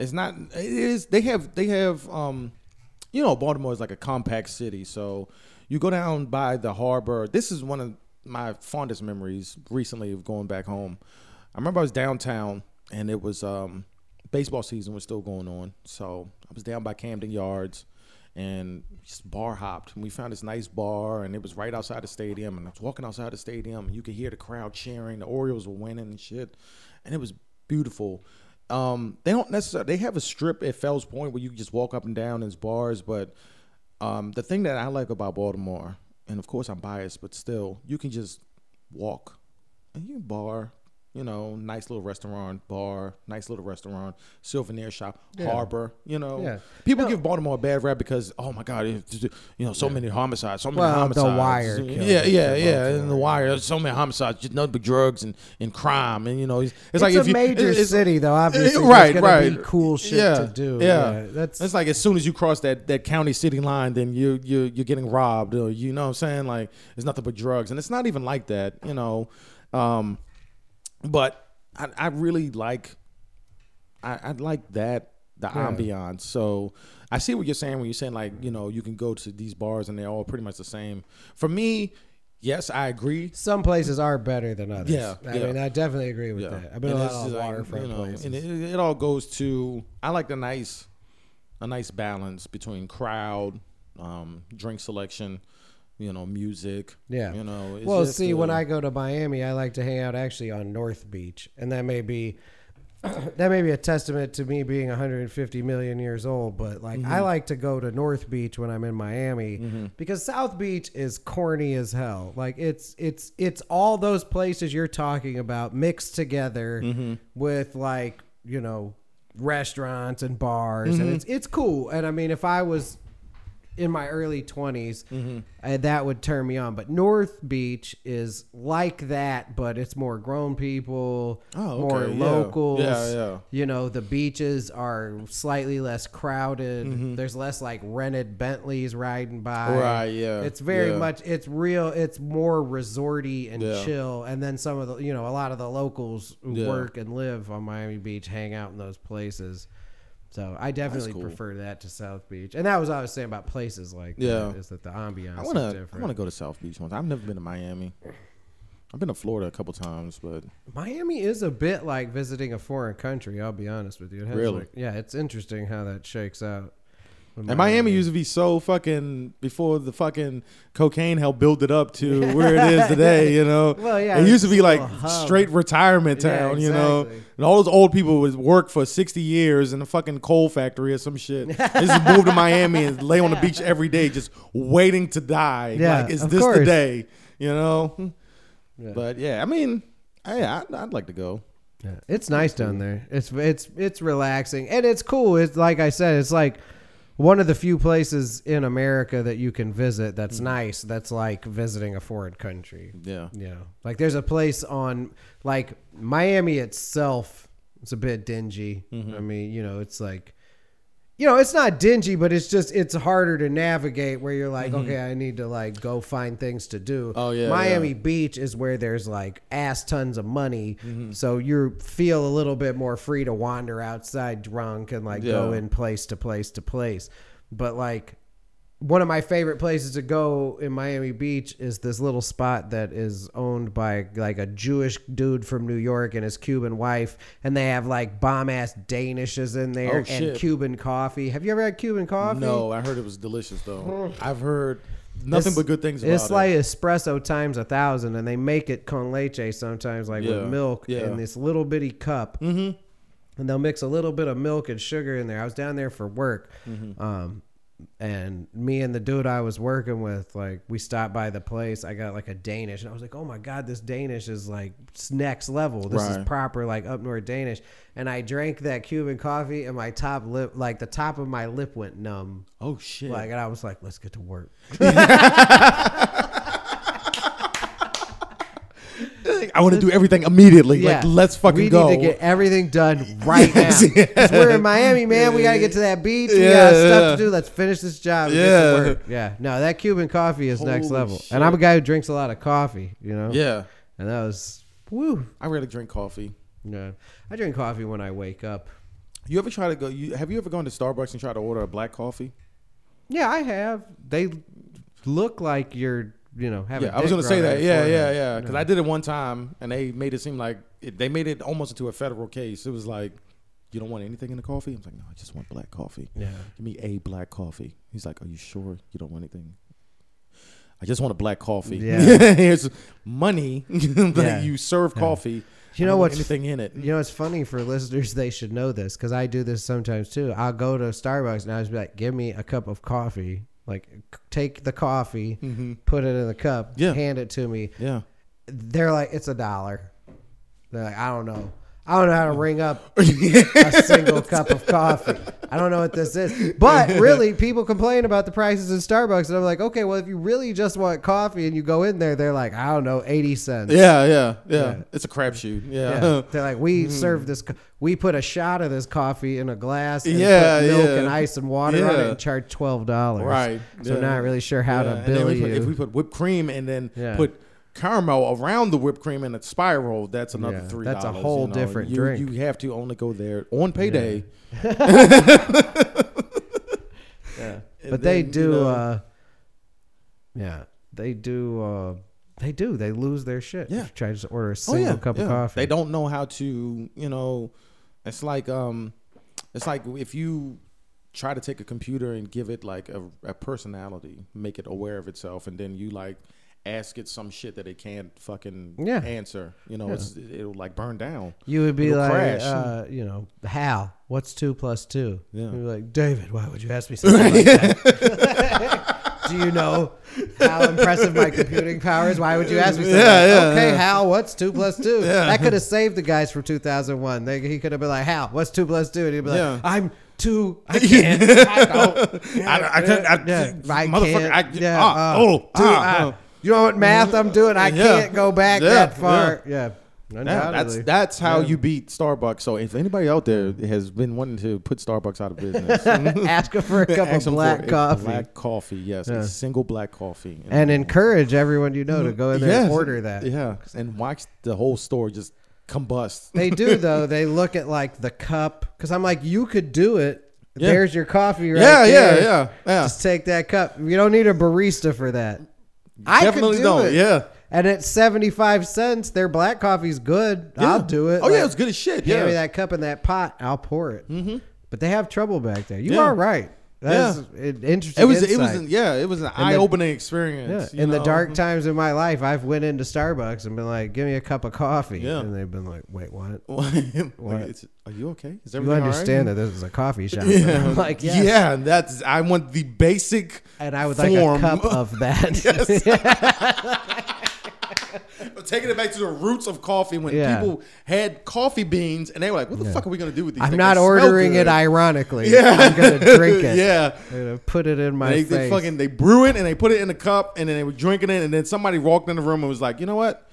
Speaker 5: It's not. It is. They have. They have. Um, you know, Baltimore is like a compact city. So you go down by the harbor. This is one of my fondest memories recently of going back home. I remember I was downtown and it was um, baseball season was still going on. So I was down by Camden Yards and just bar hopped. And we found this nice bar, and it was right outside the stadium. And I was walking outside the stadium, and you could hear the crowd cheering. The Orioles were winning and shit, and it was beautiful. Um, they don't necessarily they have a strip at Fells Point where you can just walk up and down in bars, but um, the thing that I like about Baltimore, and of course I'm biased, but still, you can just walk and you can bar. You know, nice little restaurant, bar, nice little restaurant, souvenir shop, harbor. You know,
Speaker 4: Yeah.
Speaker 5: People give Baltimore a bad rap because oh my god, it's just, you know so many homicides, so many
Speaker 4: Well, The
Speaker 5: homicides.
Speaker 4: Wire killed
Speaker 5: yeah, yeah, yeah, and the wire, so many homicides, just nothing but drugs and, and crime, and you know it's, it's,
Speaker 4: It's
Speaker 5: like
Speaker 4: a
Speaker 5: if you,
Speaker 4: major city, though, obviously, there's
Speaker 5: Eh, right,
Speaker 4: gonna
Speaker 5: right,
Speaker 4: be cool shit to do.
Speaker 5: Yeah,
Speaker 4: Yeah, that's-
Speaker 5: it's like as soon as you cross that that county city line, then you you you're getting robbed, or you know what I'm saying like it's nothing but drugs, and it's not even like that, you know, um, but I, I really like I, I like that the ambiance. So I see what you're saying when you're saying like you know you can go to these bars and they're all pretty much the same. For me, yes, I agree.
Speaker 4: Some places are better than others.
Speaker 5: Yeah,
Speaker 4: I
Speaker 5: yeah.
Speaker 4: mean, I definitely agree with
Speaker 5: Yeah,
Speaker 4: that. I've been
Speaker 5: And
Speaker 4: a
Speaker 5: it's
Speaker 4: lot of
Speaker 5: just like,
Speaker 4: waterfront
Speaker 5: you know,
Speaker 4: places.
Speaker 5: and it, it all goes to I like the nice, a nice balance between crowd, um, drink selection, you know, music.
Speaker 4: yeah,
Speaker 5: you know. it's
Speaker 4: well,
Speaker 5: just
Speaker 4: see,
Speaker 5: a-
Speaker 4: when I go to Miami, I like to hang out actually on North Beach, and that may be. That may be a testament to me being 150 million years old, but like I
Speaker 5: Mm-hmm.
Speaker 4: like to go to North Beach when I'm in Miami because South Beach is corny as hell. Like it's it's it's all those places you're talking about mixed together
Speaker 5: Mm-hmm.
Speaker 4: with like, you
Speaker 5: Mm-hmm.
Speaker 4: know, restaurants and bars and it's it's cool. And I mean if I was in my early 20s,
Speaker 5: Mm-hmm.
Speaker 4: uh, that would turn me on. But North Beach is like that, but it's more grown people,
Speaker 5: Oh,
Speaker 4: more
Speaker 5: okay, yeah.
Speaker 4: locals.
Speaker 5: Yeah, yeah.
Speaker 4: You know, the beaches are slightly less crowded. There's less like rented Bentleys riding by.
Speaker 5: Mm-hmm. Right, yeah,
Speaker 4: It's very
Speaker 5: yeah.
Speaker 4: much, it's real, it's more resorty and
Speaker 5: Yeah.
Speaker 4: chill. And then some of the, you know, a lot of the locals who
Speaker 5: Yeah.
Speaker 4: work and live on Miami Beach hang out in those places. So I definitely
Speaker 5: cool.
Speaker 4: prefer that to South Beach, and that was what I was saying about places like
Speaker 5: Yeah.
Speaker 4: that is that the ambiance
Speaker 5: I
Speaker 4: is
Speaker 5: wanna I
Speaker 4: different.
Speaker 5: wanna go to South Beach once. I've never been to Miami. I've been to Florida a couple times, but
Speaker 4: Miami is a bit like visiting a foreign country. I'll be honest with you. It has
Speaker 5: Really?
Speaker 4: like- yeah, it's interesting how that shakes out. When
Speaker 5: and Miami used to be so fucking before the fucking cocaine hell built it up to where it is today, you know.
Speaker 4: Well, yeah,
Speaker 5: it used to
Speaker 4: it's
Speaker 5: be
Speaker 4: a
Speaker 5: like
Speaker 4: little hub.
Speaker 5: straight retirement
Speaker 4: Yeah,
Speaker 5: town, you know.
Speaker 4: exactly.
Speaker 5: And all those old people would work for sixty years in a fucking coal factory or some shit. they just moved to Miami and lay on the beach every day, just waiting to die.
Speaker 4: Yeah,
Speaker 5: like is
Speaker 4: of
Speaker 5: this the
Speaker 4: course.
Speaker 5: day? You know. But yeah, I mean, yeah, I'd, I'd like to go.
Speaker 4: Yeah, it's nice down there. It's it's it's relaxing and it's cool. It's like I said, it's like one of the few places in America that you can visit that's
Speaker 5: Mm.
Speaker 4: nice. That's like visiting a foreign country.
Speaker 5: Yeah.
Speaker 4: Yeah. Like there's a place on like Miami itself it's a bit dingy.
Speaker 5: Mm-hmm.
Speaker 4: I mean, you know, it's like you know, it's not dingy, but it's just it's harder to navigate where you're like, okay, I need to like go find things to do.
Speaker 5: Mm-hmm. Oh, yeah,
Speaker 4: Miami
Speaker 5: yeah.
Speaker 4: Beach is where there's like ass tons of money.
Speaker 5: Mm-hmm.
Speaker 4: So you feel a little bit more free to wander outside drunk and like go
Speaker 5: Yeah.
Speaker 4: in place to place to place. But like one of my favorite places to go in Miami Beach is this little spot that is owned by like a Jewish dude from New York and his Cuban wife, and they have like bomb ass Danishes in there
Speaker 5: Oh,
Speaker 4: and
Speaker 5: shit.
Speaker 4: Cuban coffee. Have you ever had Cuban coffee?
Speaker 5: No, I heard it was delicious though. I've heard nothing
Speaker 4: It's-
Speaker 5: but good things about
Speaker 4: It's
Speaker 5: it.
Speaker 4: like espresso times a thousand, and they make it con leche sometimes, like
Speaker 5: Yeah,
Speaker 4: with milk
Speaker 5: yeah.
Speaker 4: in this little bitty cup. Mm-hmm. And they'll mix a little bit of milk and sugar in there. I was down there for work.
Speaker 5: Mm-hmm.
Speaker 4: Um, and me and the dude I was working with, like, we stopped by the place. I got like a Danish, and I was like, "Oh my god, this Danish is like s- next level. This
Speaker 5: Right.
Speaker 4: is proper, like up north Danish." And I drank that Cuban coffee, and my top lip, like the top of my lip, went numb.
Speaker 5: oh shit.
Speaker 4: Like, and I was like, "Let's get to work."
Speaker 5: I want to do everything immediately. Like let's fucking
Speaker 4: we
Speaker 5: go.
Speaker 4: We need to get everything done right now.
Speaker 5: Yes, yeah.
Speaker 4: 'Cause we're in Miami, man. We gotta get to that beach. we
Speaker 5: Yeah,
Speaker 4: got stuff
Speaker 5: yeah.
Speaker 4: to do. Let's finish this job. and
Speaker 5: Yeah.
Speaker 4: get to work. yeah. No, that Cuban coffee is next
Speaker 5: Holy
Speaker 4: level.
Speaker 5: shit.
Speaker 4: And I'm a guy who drinks a lot of coffee. You know.
Speaker 5: yeah.
Speaker 4: And that was woo.
Speaker 5: I really drink coffee.
Speaker 4: Yeah. I drink coffee when I wake up.
Speaker 5: You ever try to go you have you ever gone to Starbucks and try to order a black coffee?
Speaker 4: Yeah, I have. They look like you're, you know, having.
Speaker 5: Yeah, I was
Speaker 4: going to
Speaker 5: gonna say that. Yeah, yeah, yeah. Because I did it one time, and they made it seem like it, they made it almost into a federal case. It was like, you don't want anything in the coffee. I was like, no, I just want black coffee.
Speaker 4: Yeah.
Speaker 5: give me a black coffee. He's like, are you sure you don't want anything? I just want a black coffee.
Speaker 4: Yeah.
Speaker 5: Here's money that
Speaker 4: Yeah.
Speaker 5: you serve coffee.
Speaker 4: You
Speaker 5: I
Speaker 4: know
Speaker 5: don't want
Speaker 4: what's-
Speaker 5: Anything in it?
Speaker 4: You know, it's funny for listeners. They should know this because I do this sometimes too. I'll go to Starbucks and I'll just be like, "Give me a cup of coffee." Like, c- take the coffee, put it in the cup,
Speaker 5: Yeah.
Speaker 4: hand it to me.
Speaker 5: Yeah.
Speaker 4: They're like, "It's a dollar." They're like, "I don't know. I don't know how to ring up a single cup of coffee. I don't know what this is." But really, people complain about the prices in Starbucks, and I'm like, "Okay, well, if you really just want coffee and you go in there, they're like, I don't know, eighty cents."
Speaker 5: Yeah, yeah, yeah,
Speaker 4: Yeah.
Speaker 5: It's a crapshoot.
Speaker 4: Yeah.
Speaker 5: Yeah. Mm-hmm.
Speaker 4: They're like, we serve this, co- we put a shot of this coffee in a glass and
Speaker 5: Yeah,
Speaker 4: put milk
Speaker 5: yeah.
Speaker 4: and ice and water on
Speaker 5: Yeah.
Speaker 4: it and charge $12.
Speaker 5: Right,
Speaker 4: So
Speaker 5: yeah.
Speaker 4: not really sure how
Speaker 5: Yeah,
Speaker 4: to
Speaker 5: and then
Speaker 4: bill
Speaker 5: we put-
Speaker 4: you.
Speaker 5: If we put whipped cream and then
Speaker 4: Yeah.
Speaker 5: put caramel around the whipped cream in a spiral, that's another
Speaker 4: Yeah,
Speaker 5: three.
Speaker 4: that's a whole different
Speaker 5: you,
Speaker 4: drink.
Speaker 5: You have to only go there on payday. And
Speaker 4: but they
Speaker 5: then,
Speaker 4: do,
Speaker 5: you know,
Speaker 4: uh, yeah, they do, uh, they do. They lose their shit.
Speaker 5: Yeah.
Speaker 4: If you try to just order a
Speaker 5: oh,
Speaker 4: single
Speaker 5: yeah,
Speaker 4: cup
Speaker 5: yeah.
Speaker 4: of coffee.
Speaker 5: They don't know how to. You know, it's like um, it's like if you try to take a computer and give it like a, a personality, make it aware of itself, and then you like ask it some shit that it can't fucking
Speaker 4: Yeah.
Speaker 5: answer. You know, it's, it'll like burn down.
Speaker 4: You would be
Speaker 5: It'll
Speaker 4: like,
Speaker 5: crash.
Speaker 4: uh, you know, Hal, what's two plus two?
Speaker 5: Yeah.
Speaker 4: You'd be like, David, why would you ask me something like that? Do you know how impressive my computing powers? Why would you ask me something?
Speaker 5: Yeah,
Speaker 4: like,
Speaker 5: yeah,
Speaker 4: okay,
Speaker 5: yeah.
Speaker 4: Hal, what's two plus two? That could have saved the guys from 2001. They, he could have been like, Hal, what's two plus two? And he'd be like,
Speaker 5: Yeah.
Speaker 4: I'm two. I can't. I don't.
Speaker 5: I, I couldn't. I,
Speaker 4: Yeah, I
Speaker 5: motherfucker.
Speaker 4: can't.
Speaker 5: I,
Speaker 4: yeah,
Speaker 5: ah,
Speaker 4: uh,
Speaker 5: oh,
Speaker 4: two,
Speaker 5: ah,
Speaker 4: uh, you know what math I'm doing? I
Speaker 5: Yeah.
Speaker 4: can't go back
Speaker 5: Yeah,
Speaker 4: that far. Yeah,
Speaker 5: Yeah, that's
Speaker 4: undoubtedly.
Speaker 5: that's how you beat Starbucks. So if anybody out there has been wanting to put Starbucks out of business,
Speaker 4: Ask her for a cup of
Speaker 5: ask them for
Speaker 4: black
Speaker 5: a
Speaker 4: coffee,
Speaker 5: Black coffee, yes, a single black coffee,
Speaker 4: and encourage everyone you know to go in there
Speaker 5: Yes,
Speaker 4: and order that.
Speaker 5: Yeah, and watch the whole store just combust.
Speaker 4: They do though. They look at like the cup because I'm like, you could do it. There's your coffee right
Speaker 5: Yeah, yeah,
Speaker 4: there.
Speaker 5: yeah, yeah.
Speaker 4: Just take that cup. You don't need a barista for that. I
Speaker 5: Definitely
Speaker 4: could do
Speaker 5: don't.
Speaker 4: It.
Speaker 5: Yeah.
Speaker 4: And at 75 cents, their black coffee's good.
Speaker 5: Yeah.
Speaker 4: I'll do it.
Speaker 5: Oh yeah,
Speaker 4: Like,
Speaker 5: it's good as shit.
Speaker 4: Hand
Speaker 5: Yeah,
Speaker 4: me that cup and that pot. I'll pour it. Mm-hmm. But they have trouble back there. You
Speaker 5: Yeah.
Speaker 4: are right. That's an interesting.
Speaker 5: it was. It
Speaker 4: insight.
Speaker 5: was. an- Yeah, it was an eye-opening experience.
Speaker 4: Yeah.
Speaker 5: you
Speaker 4: In the
Speaker 5: know?
Speaker 4: dark times of my life, I've went into Starbucks and been like, "Give me a cup of coffee,"
Speaker 5: Yeah.
Speaker 4: and they've been like, "Wait, what?"
Speaker 5: Like, it's- are you okay? Is
Speaker 4: You
Speaker 5: everything
Speaker 4: understand
Speaker 5: all right?
Speaker 4: that this is a coffee shop?
Speaker 5: Yeah.
Speaker 4: I'm like, yes.
Speaker 5: yeah. That's. I want the basic.
Speaker 4: And I would
Speaker 5: form.
Speaker 4: like a cup of that.
Speaker 5: Taking it back to the roots of coffee when
Speaker 4: Yeah.
Speaker 5: people had coffee beans and they were like, "What the fuck are we gonna do with these?"
Speaker 4: I'm
Speaker 5: things?
Speaker 4: not
Speaker 5: They smell
Speaker 4: ordering
Speaker 5: good."
Speaker 4: it ironically. I'm gonna drink it.
Speaker 5: yeah.
Speaker 4: I'm gonna put it in my
Speaker 5: They, they
Speaker 4: face.
Speaker 5: fucking they brew it and they put it in a cup and then they were drinking it and then somebody walked in the room and was like, you know what?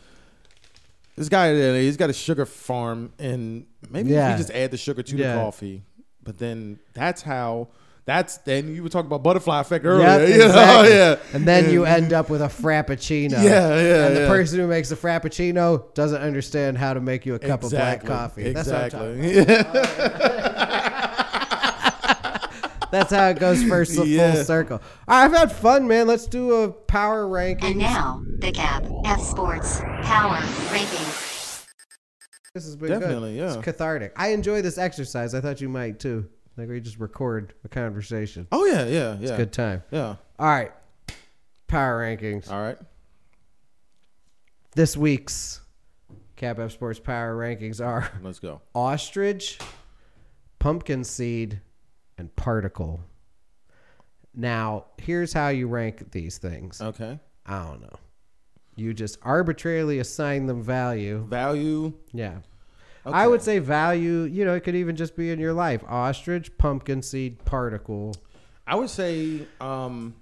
Speaker 5: This guy, uh, he's got a sugar farm and maybe
Speaker 4: Yeah.
Speaker 5: we just add the sugar to
Speaker 4: Yeah.
Speaker 5: the coffee. But then that's how. That's then you were talking about butterfly effect earlier.
Speaker 4: Yep,
Speaker 5: you know?
Speaker 4: exactly.
Speaker 5: Yeah.
Speaker 4: And then you end up with a frappuccino.
Speaker 5: Yeah, yeah,
Speaker 4: And the
Speaker 5: yeah.
Speaker 4: person who makes the frappuccino doesn't understand how to make you a cup
Speaker 5: exactly.
Speaker 4: of black coffee. That's, what I'm talking
Speaker 5: Exactly.
Speaker 4: about. That's how it goes first
Speaker 5: Yeah.
Speaker 4: full circle. All right, I've had fun, man. Let's do a power ranking.
Speaker 2: And now, the Cap F Sports Power Rankings.
Speaker 4: This has been
Speaker 5: Definitely,
Speaker 4: good.
Speaker 5: yeah.
Speaker 4: It's cathartic. I enjoy this exercise. I thought you might too. Like we just record a conversation.
Speaker 5: oh yeah, yeah, yeah.
Speaker 4: Good time.
Speaker 5: Yeah.
Speaker 4: All right. Power rankings.
Speaker 5: All right.
Speaker 4: This week's Cap F Sports Power Rankings are
Speaker 5: Let's go.
Speaker 4: ostrich, pumpkin seed, and particle. Now, here's how you rank these things.
Speaker 5: Okay.
Speaker 4: I don't know. You just arbitrarily assign them value.
Speaker 5: Value.
Speaker 4: Yeah. I would say value, you know, it could even just be in your life. Ostrich, pumpkin seed, particle.
Speaker 5: I would say um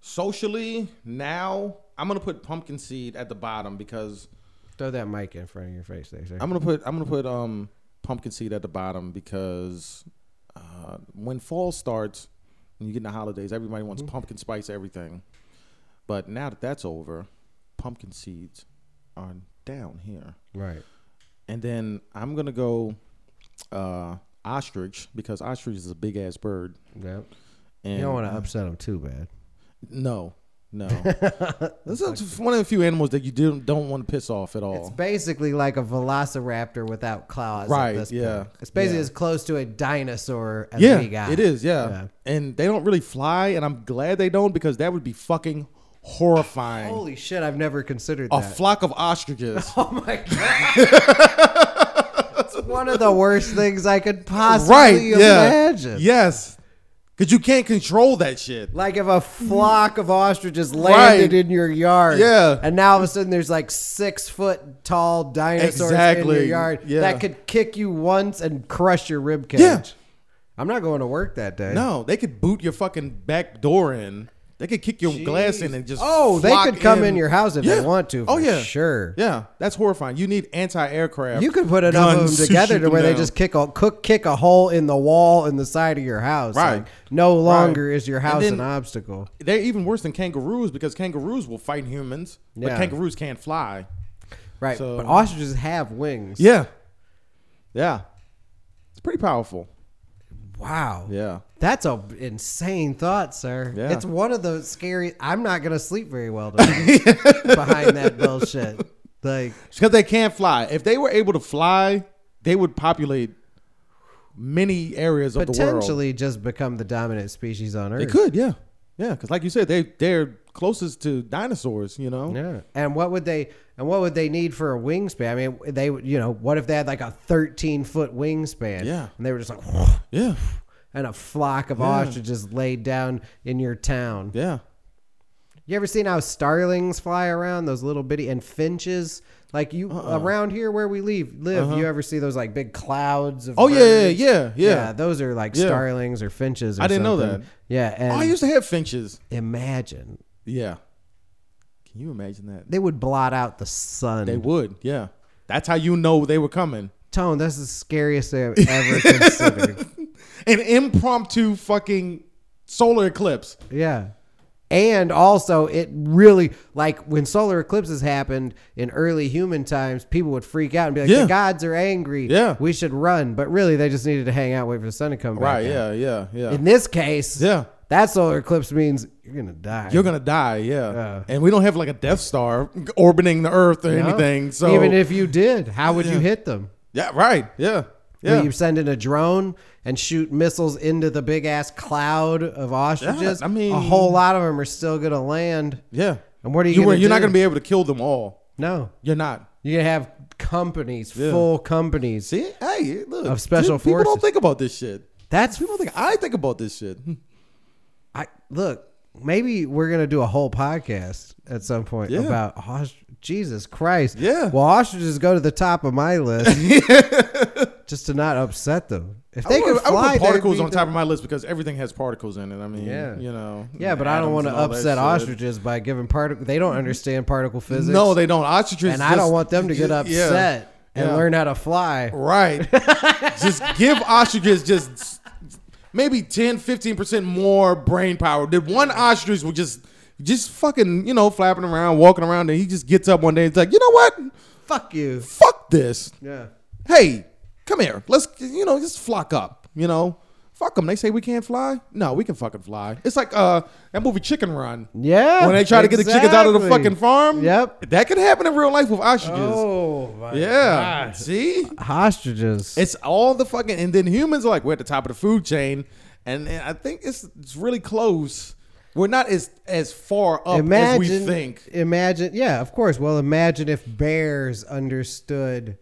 Speaker 5: socially now I'm gonna put pumpkin seed at the bottom because
Speaker 4: Throw that mic in front of your face there. sir.
Speaker 5: I'm gonna put I'm gonna put um pumpkin seed at the bottom because uh, when fall starts and you get in the holidays, everybody wants pumpkin spice everything. But now that that's over, pumpkin seeds are down here.
Speaker 4: Right.
Speaker 5: And then I'm gonna go uh, ostrich because ostrich is a big ass bird.
Speaker 4: Yeah.
Speaker 5: And
Speaker 4: You don't want to upset them too bad.
Speaker 5: No, no. this is one of the few animals that you do, don't want to piss off at
Speaker 4: It's
Speaker 5: all.
Speaker 4: basically like a velociraptor without claws.
Speaker 5: Right,
Speaker 4: At this
Speaker 5: yeah,
Speaker 4: Point. It's basically
Speaker 5: yeah.
Speaker 4: as close to a dinosaur as we
Speaker 5: yeah,
Speaker 4: got.
Speaker 5: it is. Yeah. and they don't really fly, and I'm glad they don't because that would be fucking horrifying.
Speaker 4: Holy shit! I've never considered
Speaker 5: a
Speaker 4: that.
Speaker 5: flock of ostriches.
Speaker 4: oh my god! it's one of the worst things I could possibly
Speaker 5: right? Yeah.
Speaker 4: imagine.
Speaker 5: Yes, because you can't control that shit.
Speaker 4: Like if a flock of ostriches landed
Speaker 5: Right.
Speaker 4: in your yard,
Speaker 5: Yeah.
Speaker 4: and now all of a sudden there's like six foot tall dinosaurs in your
Speaker 5: Exactly,
Speaker 4: yard
Speaker 5: yeah.
Speaker 4: that could kick you once and crush your rib cage.
Speaker 5: Yeah.
Speaker 4: I'm not going to work that day.
Speaker 5: No, they could boot your fucking back door in. They could kick your glass in and just.
Speaker 4: Oh, they
Speaker 5: flock
Speaker 4: could come in your house if they want to,
Speaker 5: oh
Speaker 4: for
Speaker 5: yeah,
Speaker 4: sure.
Speaker 5: Yeah, that's horrifying. You need anti-aircraft.
Speaker 4: You could put enough of
Speaker 5: guns
Speaker 4: them
Speaker 5: to
Speaker 4: together
Speaker 5: shoot
Speaker 4: to where
Speaker 5: them
Speaker 4: they
Speaker 5: down.
Speaker 4: just kick a cook kick a hole in the wall in the side of your house.
Speaker 5: Right.
Speaker 4: Like, no longer is your
Speaker 5: And
Speaker 4: house
Speaker 5: then-
Speaker 4: an obstacle.
Speaker 5: they're even worse than kangaroos because kangaroos will fight humans,
Speaker 4: Yeah.
Speaker 5: but kangaroos can't fly.
Speaker 4: Right.
Speaker 5: So-
Speaker 4: but ostriches have wings.
Speaker 5: Yeah, yeah, it's pretty powerful.
Speaker 4: Wow.
Speaker 5: Yeah,
Speaker 4: That's a insane thought, sir.
Speaker 5: Yeah.
Speaker 4: It's one of the scary. I'm not gonna sleep very well tonight behind that bullshit. Like
Speaker 5: because they can't fly. If they were able to fly, they would populate many areas of the world.
Speaker 4: potentially just become the dominant species on Earth.
Speaker 5: they could. Yeah, yeah, because like you said, they they're closest to dinosaurs. You know.
Speaker 4: Yeah. And what would they and what would they need for a wingspan? I mean, they would- you know, what if they had like a 13 foot wingspan?
Speaker 5: Yeah.
Speaker 4: And they were just like
Speaker 5: Yeah.
Speaker 4: and a flock of ostriches laid down in your town.
Speaker 5: Yeah.
Speaker 4: You ever seen how starlings fly around? Those little bitty and finches. Like you
Speaker 5: Uh-uh.
Speaker 4: around here where we leave live, you ever see those like big clouds of?
Speaker 5: Uh-huh. Oh, yeah, yeah,
Speaker 4: birds?
Speaker 5: yeah, yeah.
Speaker 4: Those are like
Speaker 5: Yeah.
Speaker 4: starlings or finches. Or
Speaker 5: I didn't know
Speaker 4: something.
Speaker 5: that.
Speaker 4: Yeah, and
Speaker 5: Oh, I used to have finches.
Speaker 4: imagine
Speaker 5: Yeah. Can you imagine that?
Speaker 4: they would blot out the sun.
Speaker 5: They would. Yeah. That's how you know they were coming.
Speaker 4: Tone, that's the scariest thing I've ever considered.
Speaker 5: An impromptu fucking solar eclipse.
Speaker 4: Yeah. And also, it really like when solar eclipses happened in early human times, people would freak out and be like,
Speaker 5: Yeah.
Speaker 4: "The gods are angry.
Speaker 5: Yeah.
Speaker 4: we should run." But really, they just needed to hang out, wait for the sun to come back.
Speaker 5: Right.
Speaker 4: out.
Speaker 5: Yeah. Yeah. Yeah.
Speaker 4: In this case,
Speaker 5: Yeah.
Speaker 4: that solar eclipse means you're gonna die.
Speaker 5: You're gonna die. Yeah.
Speaker 4: Yeah.
Speaker 5: And we don't have like a Death Star orbiting the Earth or
Speaker 4: You know?
Speaker 5: anything. So
Speaker 4: even if you did, how would you
Speaker 5: Yeah.
Speaker 4: hit them?
Speaker 5: yeah. Right. Yeah. Yeah.
Speaker 4: Will you send in a drone and shoot missiles into the big ass cloud of ostriches?
Speaker 5: I mean-
Speaker 4: a whole lot of them are still gonna land.
Speaker 5: yeah.
Speaker 4: And what are you
Speaker 5: You
Speaker 4: gonna
Speaker 5: were, you're not
Speaker 4: do?
Speaker 5: gonna be able to kill them all.
Speaker 4: No,
Speaker 5: You're not.
Speaker 4: you're gonna have companies,
Speaker 5: Yeah.
Speaker 4: full companies.
Speaker 5: See, hey, look.
Speaker 4: Of special
Speaker 5: people People don't
Speaker 4: forces.
Speaker 5: think about this shit.
Speaker 4: That's
Speaker 5: People think I think about this shit.
Speaker 4: I look. Maybe we're gonna do a whole podcast at some point
Speaker 5: Yeah.
Speaker 4: about ostr- Jesus Christ.
Speaker 5: Yeah.
Speaker 4: Well, ostriches go to the top of my list just to not upset them. If they
Speaker 5: I would,
Speaker 4: could
Speaker 5: I would
Speaker 4: fly,
Speaker 5: put
Speaker 4: they'd
Speaker 5: particles
Speaker 4: be
Speaker 5: on
Speaker 4: the-
Speaker 5: top of my list because everything has particles in it. I mean,
Speaker 4: Yeah.
Speaker 5: you know.
Speaker 4: Yeah, but I don't
Speaker 5: atoms
Speaker 4: want to
Speaker 5: and all that
Speaker 4: upset
Speaker 5: shit.
Speaker 4: ostriches by giving particle. They don't understand particle physics.
Speaker 5: No, they don't. Ostriches.
Speaker 4: and I don't
Speaker 5: just-
Speaker 4: want them to get
Speaker 5: Yeah.
Speaker 4: upset and
Speaker 5: Yeah.
Speaker 4: learn how to fly.
Speaker 5: Right. just give ostriches just maybe 10, 15% more brain power. Did one ostrich would just just fucking, you know, flapping around, walking around, and he just gets up one day and it's like, you know what?
Speaker 4: Fuck you.
Speaker 5: Fuck this.
Speaker 4: Yeah.
Speaker 5: Hey, come here. Let's you know, just flock up, you know? Fuck them. They say we can't fly. No, we can fucking fly. It's like uh that movie Chicken Run.
Speaker 4: Yeah.
Speaker 5: When they try to get the chickens out of the
Speaker 4: exactly.
Speaker 5: fucking farm.
Speaker 4: Yep.
Speaker 5: That could happen in real life with ostriches.
Speaker 4: Oh my
Speaker 5: yeah. See?
Speaker 4: Ostriches.
Speaker 5: It's all the fucking, and then humans are like we're at the top of the food chain, and, and I think it's it's really close. We're not as as far up as we think.
Speaker 4: Imagine, yeah, of course. Well, imagine if bears understood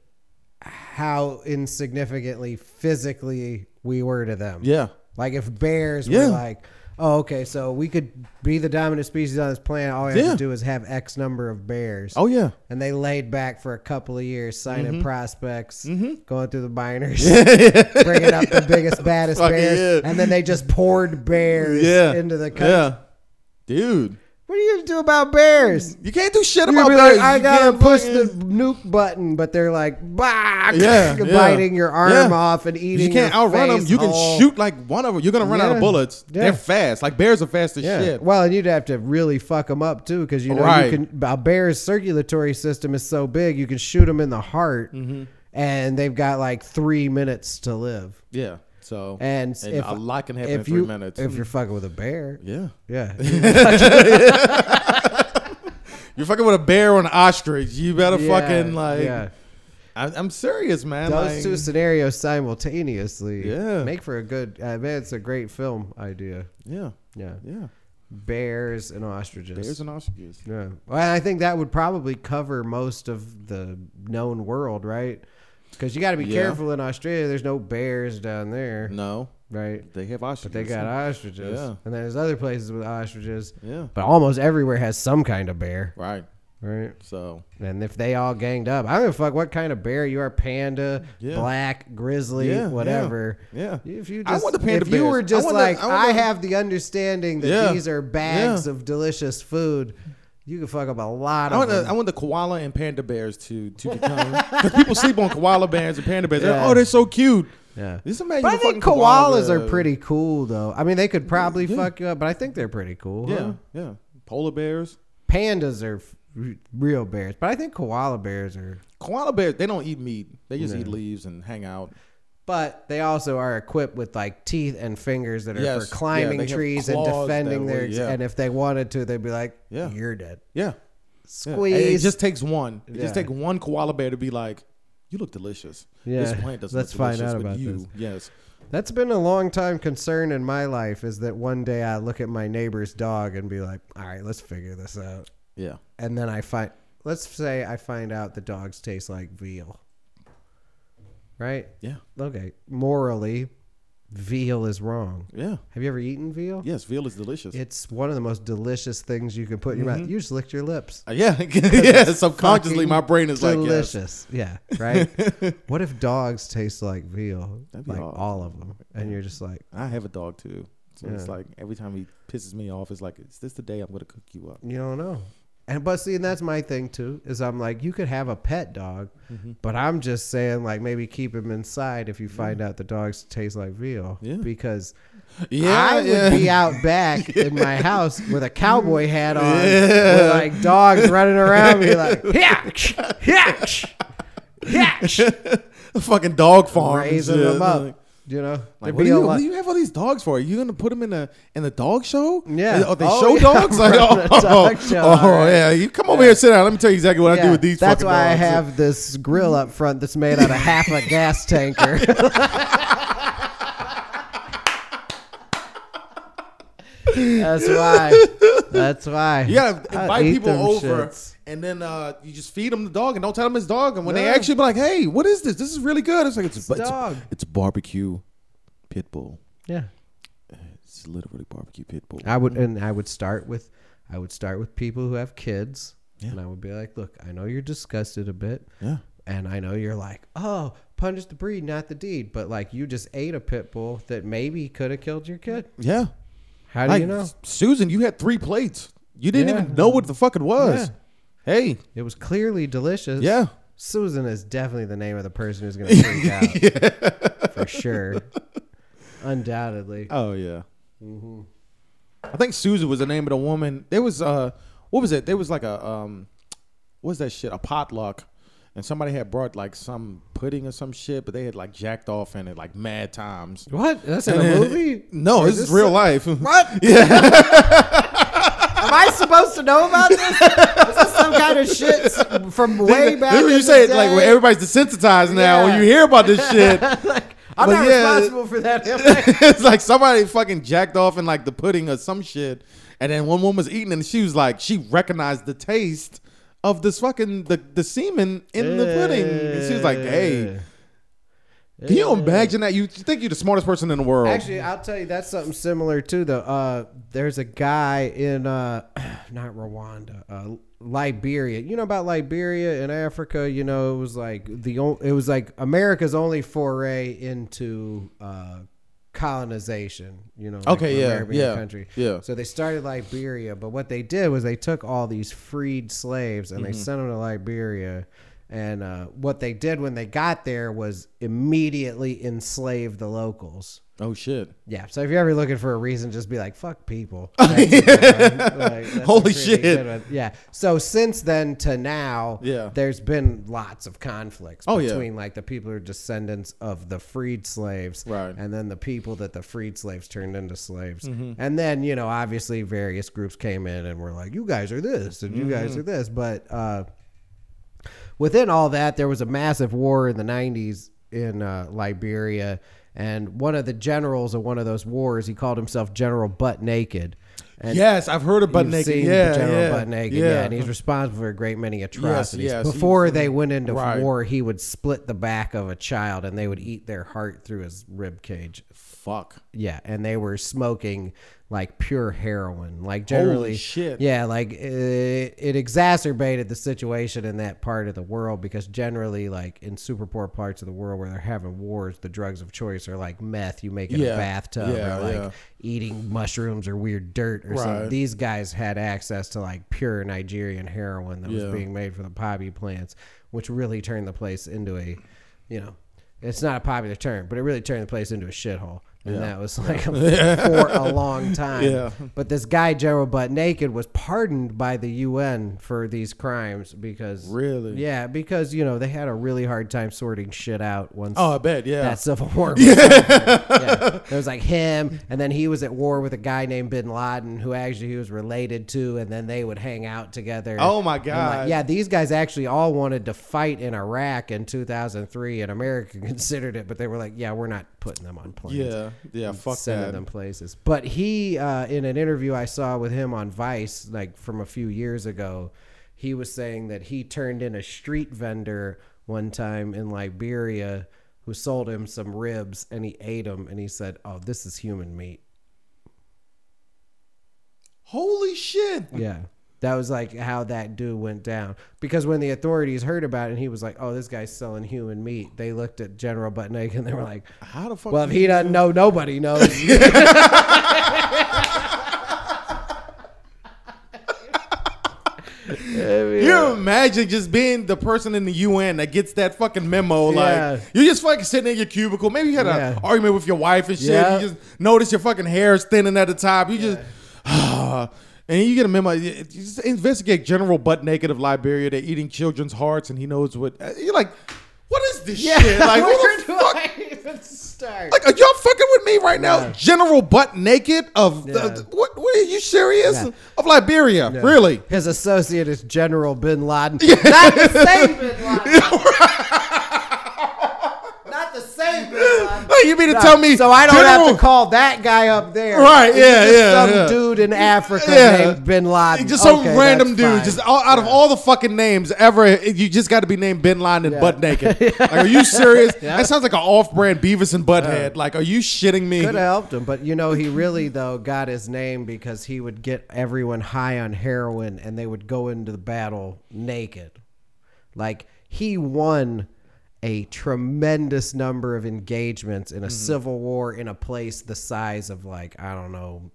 Speaker 4: how insignificantly physically we were to them.
Speaker 5: Yeah,
Speaker 4: Like if bears
Speaker 5: Yeah.
Speaker 4: were like, oh, okay, so we could be the dominant species on this planet. All we have
Speaker 5: Yeah.
Speaker 4: to do is have X number of bears.
Speaker 5: Oh, yeah. Mm-hmm.
Speaker 4: And they laid back for a couple of years, signing prospects, going through the minors, bringing up the biggest, baddest
Speaker 5: Fuck
Speaker 4: bears,
Speaker 5: yeah.
Speaker 4: and then they just poured bears
Speaker 5: yeah,
Speaker 4: into the country.
Speaker 5: yeah, dude.
Speaker 4: What are you gonna do about bears?
Speaker 5: You can't do shit
Speaker 4: You're gonna
Speaker 5: about
Speaker 4: be
Speaker 5: that.
Speaker 4: like, I
Speaker 5: You
Speaker 4: gotta
Speaker 5: can't
Speaker 4: push the
Speaker 5: fucking-
Speaker 4: nuke button, but they're like, bah,
Speaker 5: Yeah, yeah.
Speaker 4: biting your arm
Speaker 5: Yeah.
Speaker 4: off and eating.
Speaker 5: You can't
Speaker 4: your
Speaker 5: outrun them.
Speaker 4: face
Speaker 5: You can
Speaker 4: whole.
Speaker 5: shoot like one of them. You're gonna run out of
Speaker 4: Yeah.
Speaker 5: bullets.
Speaker 4: Yeah.
Speaker 5: They're fast. Like bears are fast as
Speaker 4: Yeah.
Speaker 5: shit.
Speaker 4: Well, and you'd have to really fuck them up too, because you know
Speaker 5: Right.
Speaker 4: you can. A bear's circulatory system is so big, you can shoot them in the heart,
Speaker 5: Mm-hmm.
Speaker 4: and they've got like three minutes to live.
Speaker 5: Yeah. So
Speaker 4: And, if
Speaker 5: a lot can happen
Speaker 4: if
Speaker 5: in three
Speaker 4: you-
Speaker 5: minutes.
Speaker 4: if you're fucking with a bear.
Speaker 5: yeah.
Speaker 4: Yeah.
Speaker 5: You're fucking with a bear or an ostrich. You better
Speaker 4: Yeah,
Speaker 5: fucking like.
Speaker 4: yeah.
Speaker 5: I, I'm serious, man.
Speaker 4: those
Speaker 5: like,
Speaker 4: two scenarios simultaneously
Speaker 5: Yeah.
Speaker 4: make for a good uh, man it's a great film idea
Speaker 5: yeah,
Speaker 4: yeah
Speaker 5: yeah.
Speaker 4: bears and ostriches
Speaker 5: Bears and ostriches.
Speaker 4: yeah well i think that would probably cover most of the known world right because you got to be
Speaker 5: Yeah.
Speaker 4: careful in australia there's no bears down there
Speaker 5: No,
Speaker 4: right
Speaker 5: they have
Speaker 4: but
Speaker 5: ostriches.
Speaker 4: they got ostriches
Speaker 5: Yeah.
Speaker 4: and there's other places with ostriches
Speaker 5: Yeah.
Speaker 4: but almost everywhere has some kind of bear
Speaker 5: right.
Speaker 4: right
Speaker 5: So
Speaker 4: and if they all ganged up, I don't give a fuck what kind of bear you are panda,
Speaker 5: Yeah.
Speaker 4: black, grizzly,
Speaker 5: Yeah,
Speaker 4: whatever.
Speaker 5: yeah, yeah.
Speaker 4: If you
Speaker 5: I
Speaker 4: just,
Speaker 5: want the panda
Speaker 4: if you
Speaker 5: bears.
Speaker 4: were
Speaker 5: I
Speaker 4: just
Speaker 5: want the-
Speaker 4: like,
Speaker 5: I
Speaker 4: I,
Speaker 5: want the-
Speaker 4: have the understanding that
Speaker 5: Yeah.
Speaker 4: these are bags
Speaker 5: Yeah.
Speaker 4: of delicious food, you could fuck up a lot
Speaker 5: I
Speaker 4: of
Speaker 5: want the,
Speaker 4: them.
Speaker 5: I want the koala and panda bears to to become because people sleep on koala bears and panda bears. They're like,
Speaker 4: Yeah.
Speaker 5: oh, they're so cute.
Speaker 4: yeah.
Speaker 5: Just imagine.
Speaker 4: But I
Speaker 5: a fucking
Speaker 4: think koalas are
Speaker 5: koala.
Speaker 4: pretty cool, though. I mean, they could probably
Speaker 5: Yeah.
Speaker 4: fuck you up, but I think they're pretty cool.
Speaker 5: Yeah,
Speaker 4: huh?
Speaker 5: yeah. Polar bears,
Speaker 4: Pandas are f- r- real bears, but I think koala bears are.
Speaker 5: koala bears. They don't eat meat. They just
Speaker 4: No.
Speaker 5: eat leaves and hang out.
Speaker 4: But they also are equipped with like teeth and fingers that are
Speaker 5: Yes.
Speaker 4: for climbing
Speaker 5: Yeah, they have
Speaker 4: trees and
Speaker 5: claws that
Speaker 4: defending their.
Speaker 5: way, yeah.
Speaker 4: And if they wanted to, they'd be like,
Speaker 5: Yeah.
Speaker 4: "You're dead."
Speaker 5: Yeah, yeah. And
Speaker 4: Squeeze.
Speaker 5: It just takes one. It just
Speaker 4: Yeah.
Speaker 5: takes one koala bear to be like, you look delicious.
Speaker 4: Yeah.
Speaker 5: This plant doesn't
Speaker 4: Let's
Speaker 5: look
Speaker 4: find
Speaker 5: delicious,
Speaker 4: out
Speaker 5: but
Speaker 4: about
Speaker 5: you,
Speaker 4: this.
Speaker 5: Yes.
Speaker 4: That's been a long time concern in my life is that one day I look at my neighbor's dog and be like, "All right, let's figure this out."
Speaker 5: Yeah.
Speaker 4: And then I find, let's say I find out the dogs taste like veal. Right?
Speaker 5: Yeah.
Speaker 4: Okay. Morally, veal is wrong.
Speaker 5: Yeah.
Speaker 4: Have you ever eaten veal?
Speaker 5: Yes, veal is delicious.
Speaker 4: It's one of the most delicious things you can put in your mouth. You just licked your lips.
Speaker 5: Uh, yeah. yeah. Subconsciously,
Speaker 4: Fucking
Speaker 5: my brain is like,
Speaker 4: delicious. Yeah, right. what if dogs taste like veal?
Speaker 5: That'd be
Speaker 4: like
Speaker 5: awesome.
Speaker 4: all of them, and you're just like,
Speaker 5: yes. I have a dog too. So it's
Speaker 4: Yeah.
Speaker 5: like every time he pisses me off, it's like, is this the day I'm going to cook you up?
Speaker 4: you don't know. And but see, and that's my thing too. Is I'm like, you could have a pet dog, but I'm just saying like maybe keep him inside if you find out the dogs taste like veal.
Speaker 5: Mm. Yeah.
Speaker 4: Because I would be out back in my house with a cowboy hat on, with
Speaker 5: Yeah.
Speaker 4: like dogs running around me, like hitch, hitch, hitch,
Speaker 5: a fucking dog farm. and
Speaker 4: raising
Speaker 5: shit.
Speaker 4: them up.
Speaker 5: Like,
Speaker 4: you know, There'd
Speaker 5: Like, what,
Speaker 4: be
Speaker 5: do
Speaker 4: a
Speaker 5: you,
Speaker 4: lot-
Speaker 5: what do you have all these dogs for? Are you gonna put them in the in the dog show?
Speaker 4: Yeah.
Speaker 5: Oh, they
Speaker 4: Oh,
Speaker 5: show
Speaker 4: yeah,
Speaker 5: dogs. Like,
Speaker 4: run
Speaker 5: oh,
Speaker 4: a dog show,
Speaker 5: oh,
Speaker 4: all right.
Speaker 5: yeah. You come over here, sit down. Let me tell you exactly what I do
Speaker 4: Yeah,
Speaker 5: with these.
Speaker 4: That's
Speaker 5: fucking
Speaker 4: why I
Speaker 5: dogs.
Speaker 4: have this grill up front that's made out of half a gas tanker. that's why. That's why.
Speaker 5: You gotta
Speaker 4: I'll
Speaker 5: invite
Speaker 4: eat
Speaker 5: people
Speaker 4: them
Speaker 5: over,
Speaker 4: shits.
Speaker 5: and then uh, you just feed them the dog, and don't tell them it's dog. And when they
Speaker 4: Yeah.
Speaker 5: actually be like, "Hey, what is this? This is really good," it's like it's, it's,
Speaker 4: dog.
Speaker 5: It's barbecue pit bull.
Speaker 4: Yeah,
Speaker 5: It's literally barbecue pit bull.
Speaker 4: I would, and I would start with, I would start with people who have kids, and I would be like, "Look, I know you're disgusted a bit,
Speaker 5: Yeah.
Speaker 4: and I know you're like, oh, punish the breed, not the deed, but like you just ate a pit bull that maybe could have killed your kid.
Speaker 5: Yeah.
Speaker 4: How do
Speaker 5: Like,
Speaker 4: you know?
Speaker 5: Susan, you had three plates. You didn't
Speaker 4: Yeah.
Speaker 5: even know what the fuck it was. Hey.
Speaker 4: It was clearly delicious.
Speaker 5: Yeah.
Speaker 4: Susan is definitely the name of the person who's going to freak out. For sure. Undoubtedly.
Speaker 5: Oh yeah.
Speaker 4: Mm-hmm.
Speaker 5: I think Susan was the name of the woman. There was uh, what was it? There was like a um, what's that shit? A potluck, and somebody had brought like some pudding or some shit, but they had like jacked off in it like mad times.
Speaker 4: What? That's in a movie?
Speaker 5: No,
Speaker 4: Or
Speaker 5: this is real life.
Speaker 4: What? Yeah. Am I supposed to know about this? Is this some kind of shit from way back?
Speaker 5: This is what
Speaker 4: in
Speaker 5: you
Speaker 4: the
Speaker 5: say. Like
Speaker 4: day?
Speaker 5: when everybody's desensitized now. When
Speaker 4: Yeah.
Speaker 5: you hear about this shit,
Speaker 4: like, I'm
Speaker 5: But
Speaker 4: not
Speaker 5: yeah.
Speaker 4: responsible for that.
Speaker 5: it's like somebody fucking jacked off in like the pudding or some shit, and then one woman was eating and she was like, she recognized the taste of this fucking the the semen in the pudding, and she was like, hey. Can you imagine that? You think you're the smartest person in the world.
Speaker 4: Actually, I'll tell you that's something similar too. Though uh, there's a guy in uh, not Rwanda, uh, Liberia. You know about Liberia and Africa. You know it was like the on- it was like America's only foray into uh, colonization. You know, like
Speaker 5: Okay,
Speaker 4: from
Speaker 5: yeah,
Speaker 4: Arabian
Speaker 5: yeah,
Speaker 4: country.
Speaker 5: yeah.
Speaker 4: So they started Liberia, but what they did was they took all these freed slaves and they
Speaker 5: Mm-hmm.
Speaker 4: sent them to Liberia. And uh, what they did when they got there was immediately enslave the locals.
Speaker 5: oh shit!
Speaker 4: Yeah, so if you're ever looking for a reason, just be like, "Fuck people." That's a good one. Like, that's a
Speaker 5: Holy
Speaker 4: pretty
Speaker 5: shit.
Speaker 4: good one. Yeah. So since then to now,
Speaker 5: Yeah.
Speaker 4: there's been lots of conflicts
Speaker 5: Oh, yeah.
Speaker 4: between like the people who are descendants of the freed slaves,
Speaker 5: Right. Mm-hmm.
Speaker 4: and then the people that the freed slaves turned into slaves, and then you know obviously various groups came in and were like, "You guys are this, and you guys
Speaker 5: Mm-hmm.
Speaker 4: are this," but. uh within all that, there was a massive war in the 90s in uh, Liberia. And one of the generals of one of those wars, he called himself General Butt Naked. And
Speaker 5: yes, I've heard of butt
Speaker 4: you've
Speaker 5: naked.
Speaker 4: seen
Speaker 5: Yeah,
Speaker 4: the General
Speaker 5: yeah,
Speaker 4: Butt Naked. Yeah. and he's responsible for a great many atrocities.
Speaker 5: yes, he's-
Speaker 4: Before they went into
Speaker 5: Right.
Speaker 4: war, he would split the back of a child and they would eat their heart through his rib cage.
Speaker 5: fuck.
Speaker 4: Yeah, and they were smoking like pure heroin. Like generally,
Speaker 5: shit.
Speaker 4: Yeah, like it, it exacerbated the situation in that part of the world because generally, like in super poor parts of the world where they're having wars, the drugs of choice are like meth you make in
Speaker 5: Yeah,
Speaker 4: a bathtub
Speaker 5: yeah,
Speaker 4: or like
Speaker 5: yeah.
Speaker 4: eating mushrooms or weird dirt or something.
Speaker 5: Right.
Speaker 4: These guys had access to like pure Nigerian heroin that
Speaker 5: Yeah.
Speaker 4: was being made for the poppy plants, which really turned the place into a, you know, it's not a popular term, but it really turned the place into a shithole. And that was like for a long time.
Speaker 5: Yeah.
Speaker 4: But this guy, General Butt Naked, was pardoned by the UN for these crimes because.
Speaker 5: Really?
Speaker 4: Yeah, because, you know, they had a really hard time sorting shit out once
Speaker 5: Oh, I bet. Yeah.
Speaker 4: that Civil War. Was over. yeah. There was like him, and then he was at war with a guy named Bin Laden, who actually he was related to, and then they would hang out together.
Speaker 5: Oh, my
Speaker 4: And,
Speaker 5: God.
Speaker 4: yeah, these guys actually all wanted to fight in Iraq in 2003, and America considered it, but they were like, "Yeah, we're not putting them on planes."
Speaker 5: yeah. Yeah. Fuck
Speaker 4: sending
Speaker 5: that.
Speaker 4: them places. But he, uh, in an interview I saw with him on Vice, like from a few years ago, he was saying that he turned in a street vendor one time in Liberia who sold him some ribs and he ate them and he said, "Oh, this is human meat."
Speaker 5: Holy shit!
Speaker 4: Yeah. That was like how that dude went down. Because when the authorities heard about it and he was like, oh, this guy's selling human meat, they looked at General Butt Naked and they were like,
Speaker 5: How the fuck?
Speaker 4: well, if
Speaker 5: did
Speaker 4: he doesn't know, nobody knows.
Speaker 5: You imagine just being the person in the UN that gets that fucking memo.
Speaker 4: Yeah.
Speaker 5: Like you're just fucking sitting in your cubicle. Maybe you had an
Speaker 4: Yeah.
Speaker 5: argument with your wife and shit.
Speaker 4: Yeah.
Speaker 5: You just notice your fucking hair is thinning at the top. You just and you get a memo. You you just investigate general butt naked of Liberia. They're eating children's hearts, and he knows what. uh, You're like, what is this shit?
Speaker 4: where
Speaker 5: Like, what the
Speaker 4: do
Speaker 5: fuck?
Speaker 4: I even start?
Speaker 5: Like, are y'all fucking with me right now?
Speaker 4: Yeah.
Speaker 5: General butt naked of
Speaker 4: Yeah.
Speaker 5: the, what? What are you serious?
Speaker 4: Yeah.
Speaker 5: Of Liberia, really?
Speaker 4: His associate is General Bin Laden. Not the same Bin Laden. Not the same Bin Laden.
Speaker 5: Like, Oh, you mean to tell me?
Speaker 4: So I don't have
Speaker 5: General-
Speaker 4: to call that guy up there.
Speaker 5: Right,
Speaker 4: It's
Speaker 5: yeah,
Speaker 4: just
Speaker 5: yeah,
Speaker 4: Some
Speaker 5: yeah.
Speaker 4: dude in Africa named Bin Laden.
Speaker 5: Just some
Speaker 4: Okay,
Speaker 5: random
Speaker 4: that's
Speaker 5: dude.
Speaker 4: fine.
Speaker 5: Just all, out of all the fucking names ever, you just got to be named Bin Laden and
Speaker 4: Yeah.
Speaker 5: Butt Naked. Like, are you serious? That sounds like an off-brand Beavis and Butthead. Like, are you shitting me?
Speaker 4: could have helped him, but you know he really though got his name because he would get everyone high on heroin and they would go into the battle naked. Like he won a tremendous number of engagements
Speaker 5: Mm-hmm.
Speaker 4: in a civil war in a place the size of like I don't know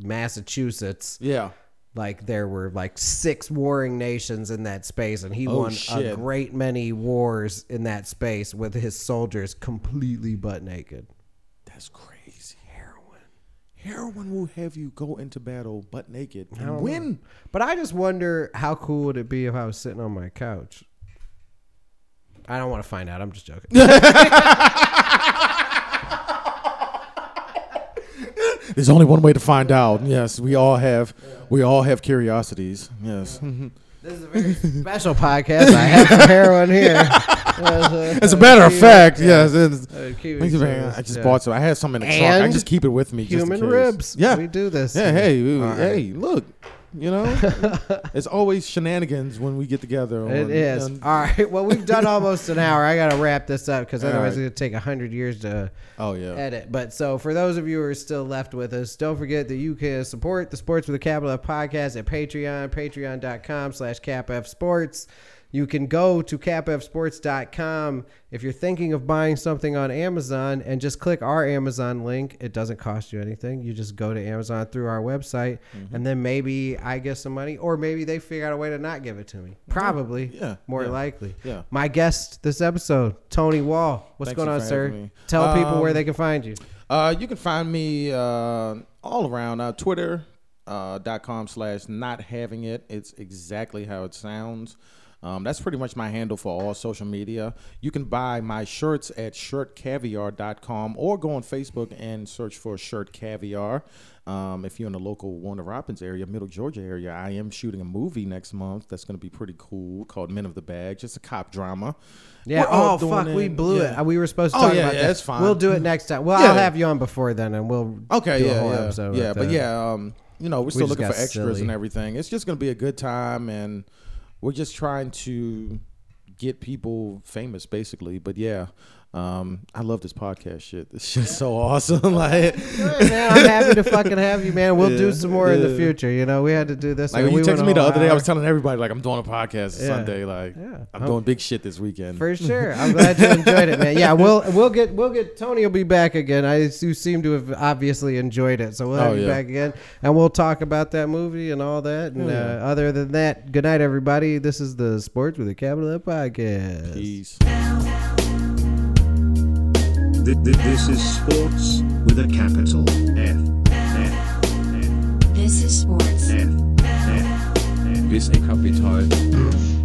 Speaker 4: Massachusetts.
Speaker 5: Yeah.
Speaker 4: Like there were like six warring nations in that space, and he
Speaker 5: Oh,
Speaker 4: won a
Speaker 5: shit.
Speaker 4: great many wars in that space with his soldiers completely butt naked.
Speaker 5: That's crazy. Heroin. Heroin will have you go into battle butt naked and win.
Speaker 4: But I just wonder how cool would it be if I was sitting on my couch. I don't want to find out. I'm just joking.
Speaker 5: There's only one way to find out. Yes, we all have, we all have curiosities. Yes.
Speaker 4: this is a very special podcast. I have some heroin here.
Speaker 5: As a matter of fact, yes. it's-
Speaker 4: Uh, kiwi
Speaker 5: Thank you,
Speaker 4: service,
Speaker 5: man. I just
Speaker 4: yeah.
Speaker 5: bought some. I had some in the truck. I
Speaker 4: And
Speaker 5: just keep it with me. just in
Speaker 4: Human
Speaker 5: case.
Speaker 4: ribs.
Speaker 5: Yeah,
Speaker 4: we do this.
Speaker 5: Yeah, hey, we-
Speaker 4: All right.
Speaker 5: hey, look, you know, it's always shenanigans when we get together.
Speaker 4: It
Speaker 5: on-
Speaker 4: is.
Speaker 5: on-
Speaker 4: All right. Well, we've done almost an hour. I got to wrap this up because otherwise
Speaker 5: right.
Speaker 4: it's going to take 100 years to
Speaker 5: oh yeah.
Speaker 4: edit. But so for those of you who are still left with us, don't forget that you can support the Sports with a Capital F podcast at Patreon, patreon.com slash CapF Sports. You can go to capfsports.com if you're thinking of buying something on Amazon and just click our Amazon link. It doesn't cost you anything. You just go to Amazon through our website
Speaker 5: Mm-hmm.
Speaker 4: and then maybe I get some money or maybe they figure out a way to not give it to me. Probably.
Speaker 5: Yeah,
Speaker 4: More
Speaker 5: yeah,
Speaker 4: likely.
Speaker 5: yeah.
Speaker 4: My guest this episode, Tony Wall. What's
Speaker 5: Thank
Speaker 4: going
Speaker 5: you
Speaker 4: on,
Speaker 5: for
Speaker 4: sir?
Speaker 5: having me.
Speaker 4: Tell people where
Speaker 5: Um,
Speaker 4: they can find you.
Speaker 5: Uh, you can find me uh, all around uh, Twitter uh, dot com slash not having it. It's exactly how it sounds. Um, that's pretty much my handle for all social media. You can buy my shirts at shirtcaviar.com or go on Facebook and search for Shirt Caviar. Um, if you're in the local Warner Robins area, Middle Georgia area, I am shooting a movie next month that's going to be pretty cool called Men of the Bag, just a cop drama.
Speaker 4: Yeah.
Speaker 5: We're all
Speaker 4: oh
Speaker 5: doing
Speaker 4: fuck, we
Speaker 5: it.
Speaker 4: blew
Speaker 5: Yeah.
Speaker 4: it. Uh, We were supposed to
Speaker 5: Oh,
Speaker 4: talk
Speaker 5: yeah,
Speaker 4: about
Speaker 5: yeah,
Speaker 4: that.
Speaker 5: that's fine.
Speaker 4: We'll do it next time. Well, I'll
Speaker 5: Yeah.
Speaker 4: have you on before then, and we'll
Speaker 5: Okay,
Speaker 4: do
Speaker 5: yeah,
Speaker 4: a whole
Speaker 5: yeah,
Speaker 4: episode.
Speaker 5: yeah.
Speaker 4: about
Speaker 5: But
Speaker 4: that.
Speaker 5: yeah, um, you know, we're still
Speaker 4: just
Speaker 5: looking
Speaker 4: got
Speaker 5: for extras
Speaker 4: silly.
Speaker 5: and everything. It's just gonna be a good time, and we're just trying to get people famous, basically. But yeah, um, I love this podcast shit. This shit's so awesome. like,
Speaker 4: Hey, man, I'm happy to fucking have you, man. We'll do
Speaker 5: Yeah,
Speaker 4: some more in the
Speaker 5: yeah.
Speaker 4: future. You know, we had to do this.
Speaker 5: like
Speaker 4: and
Speaker 5: when you
Speaker 4: we went
Speaker 5: texted me
Speaker 4: a
Speaker 5: the
Speaker 4: whole
Speaker 5: other day, I
Speaker 4: hour.
Speaker 5: was telling everybody like I'm doing a podcast
Speaker 4: Yeah.
Speaker 5: Sunday. Like,
Speaker 4: Yeah.
Speaker 5: I'm doing big shit this weekend.
Speaker 4: For sure, I'm glad you enjoyed it, man. Yeah, we'll we'll get we'll get Tony will be back again. I you seem to have obviously enjoyed it, so we'll have
Speaker 5: Oh,
Speaker 4: you
Speaker 5: yeah.
Speaker 4: back again, and we'll talk about that movie and all that. And
Speaker 5: Yeah.
Speaker 4: uh, other than that, good night, everybody. This is the Sports with a Capital F podcast.
Speaker 5: Peace.
Speaker 3: Th- th- This is sports with a capital F. F. F.
Speaker 2: This is sports.
Speaker 3: F. F. F.
Speaker 1: bis ich Kapital.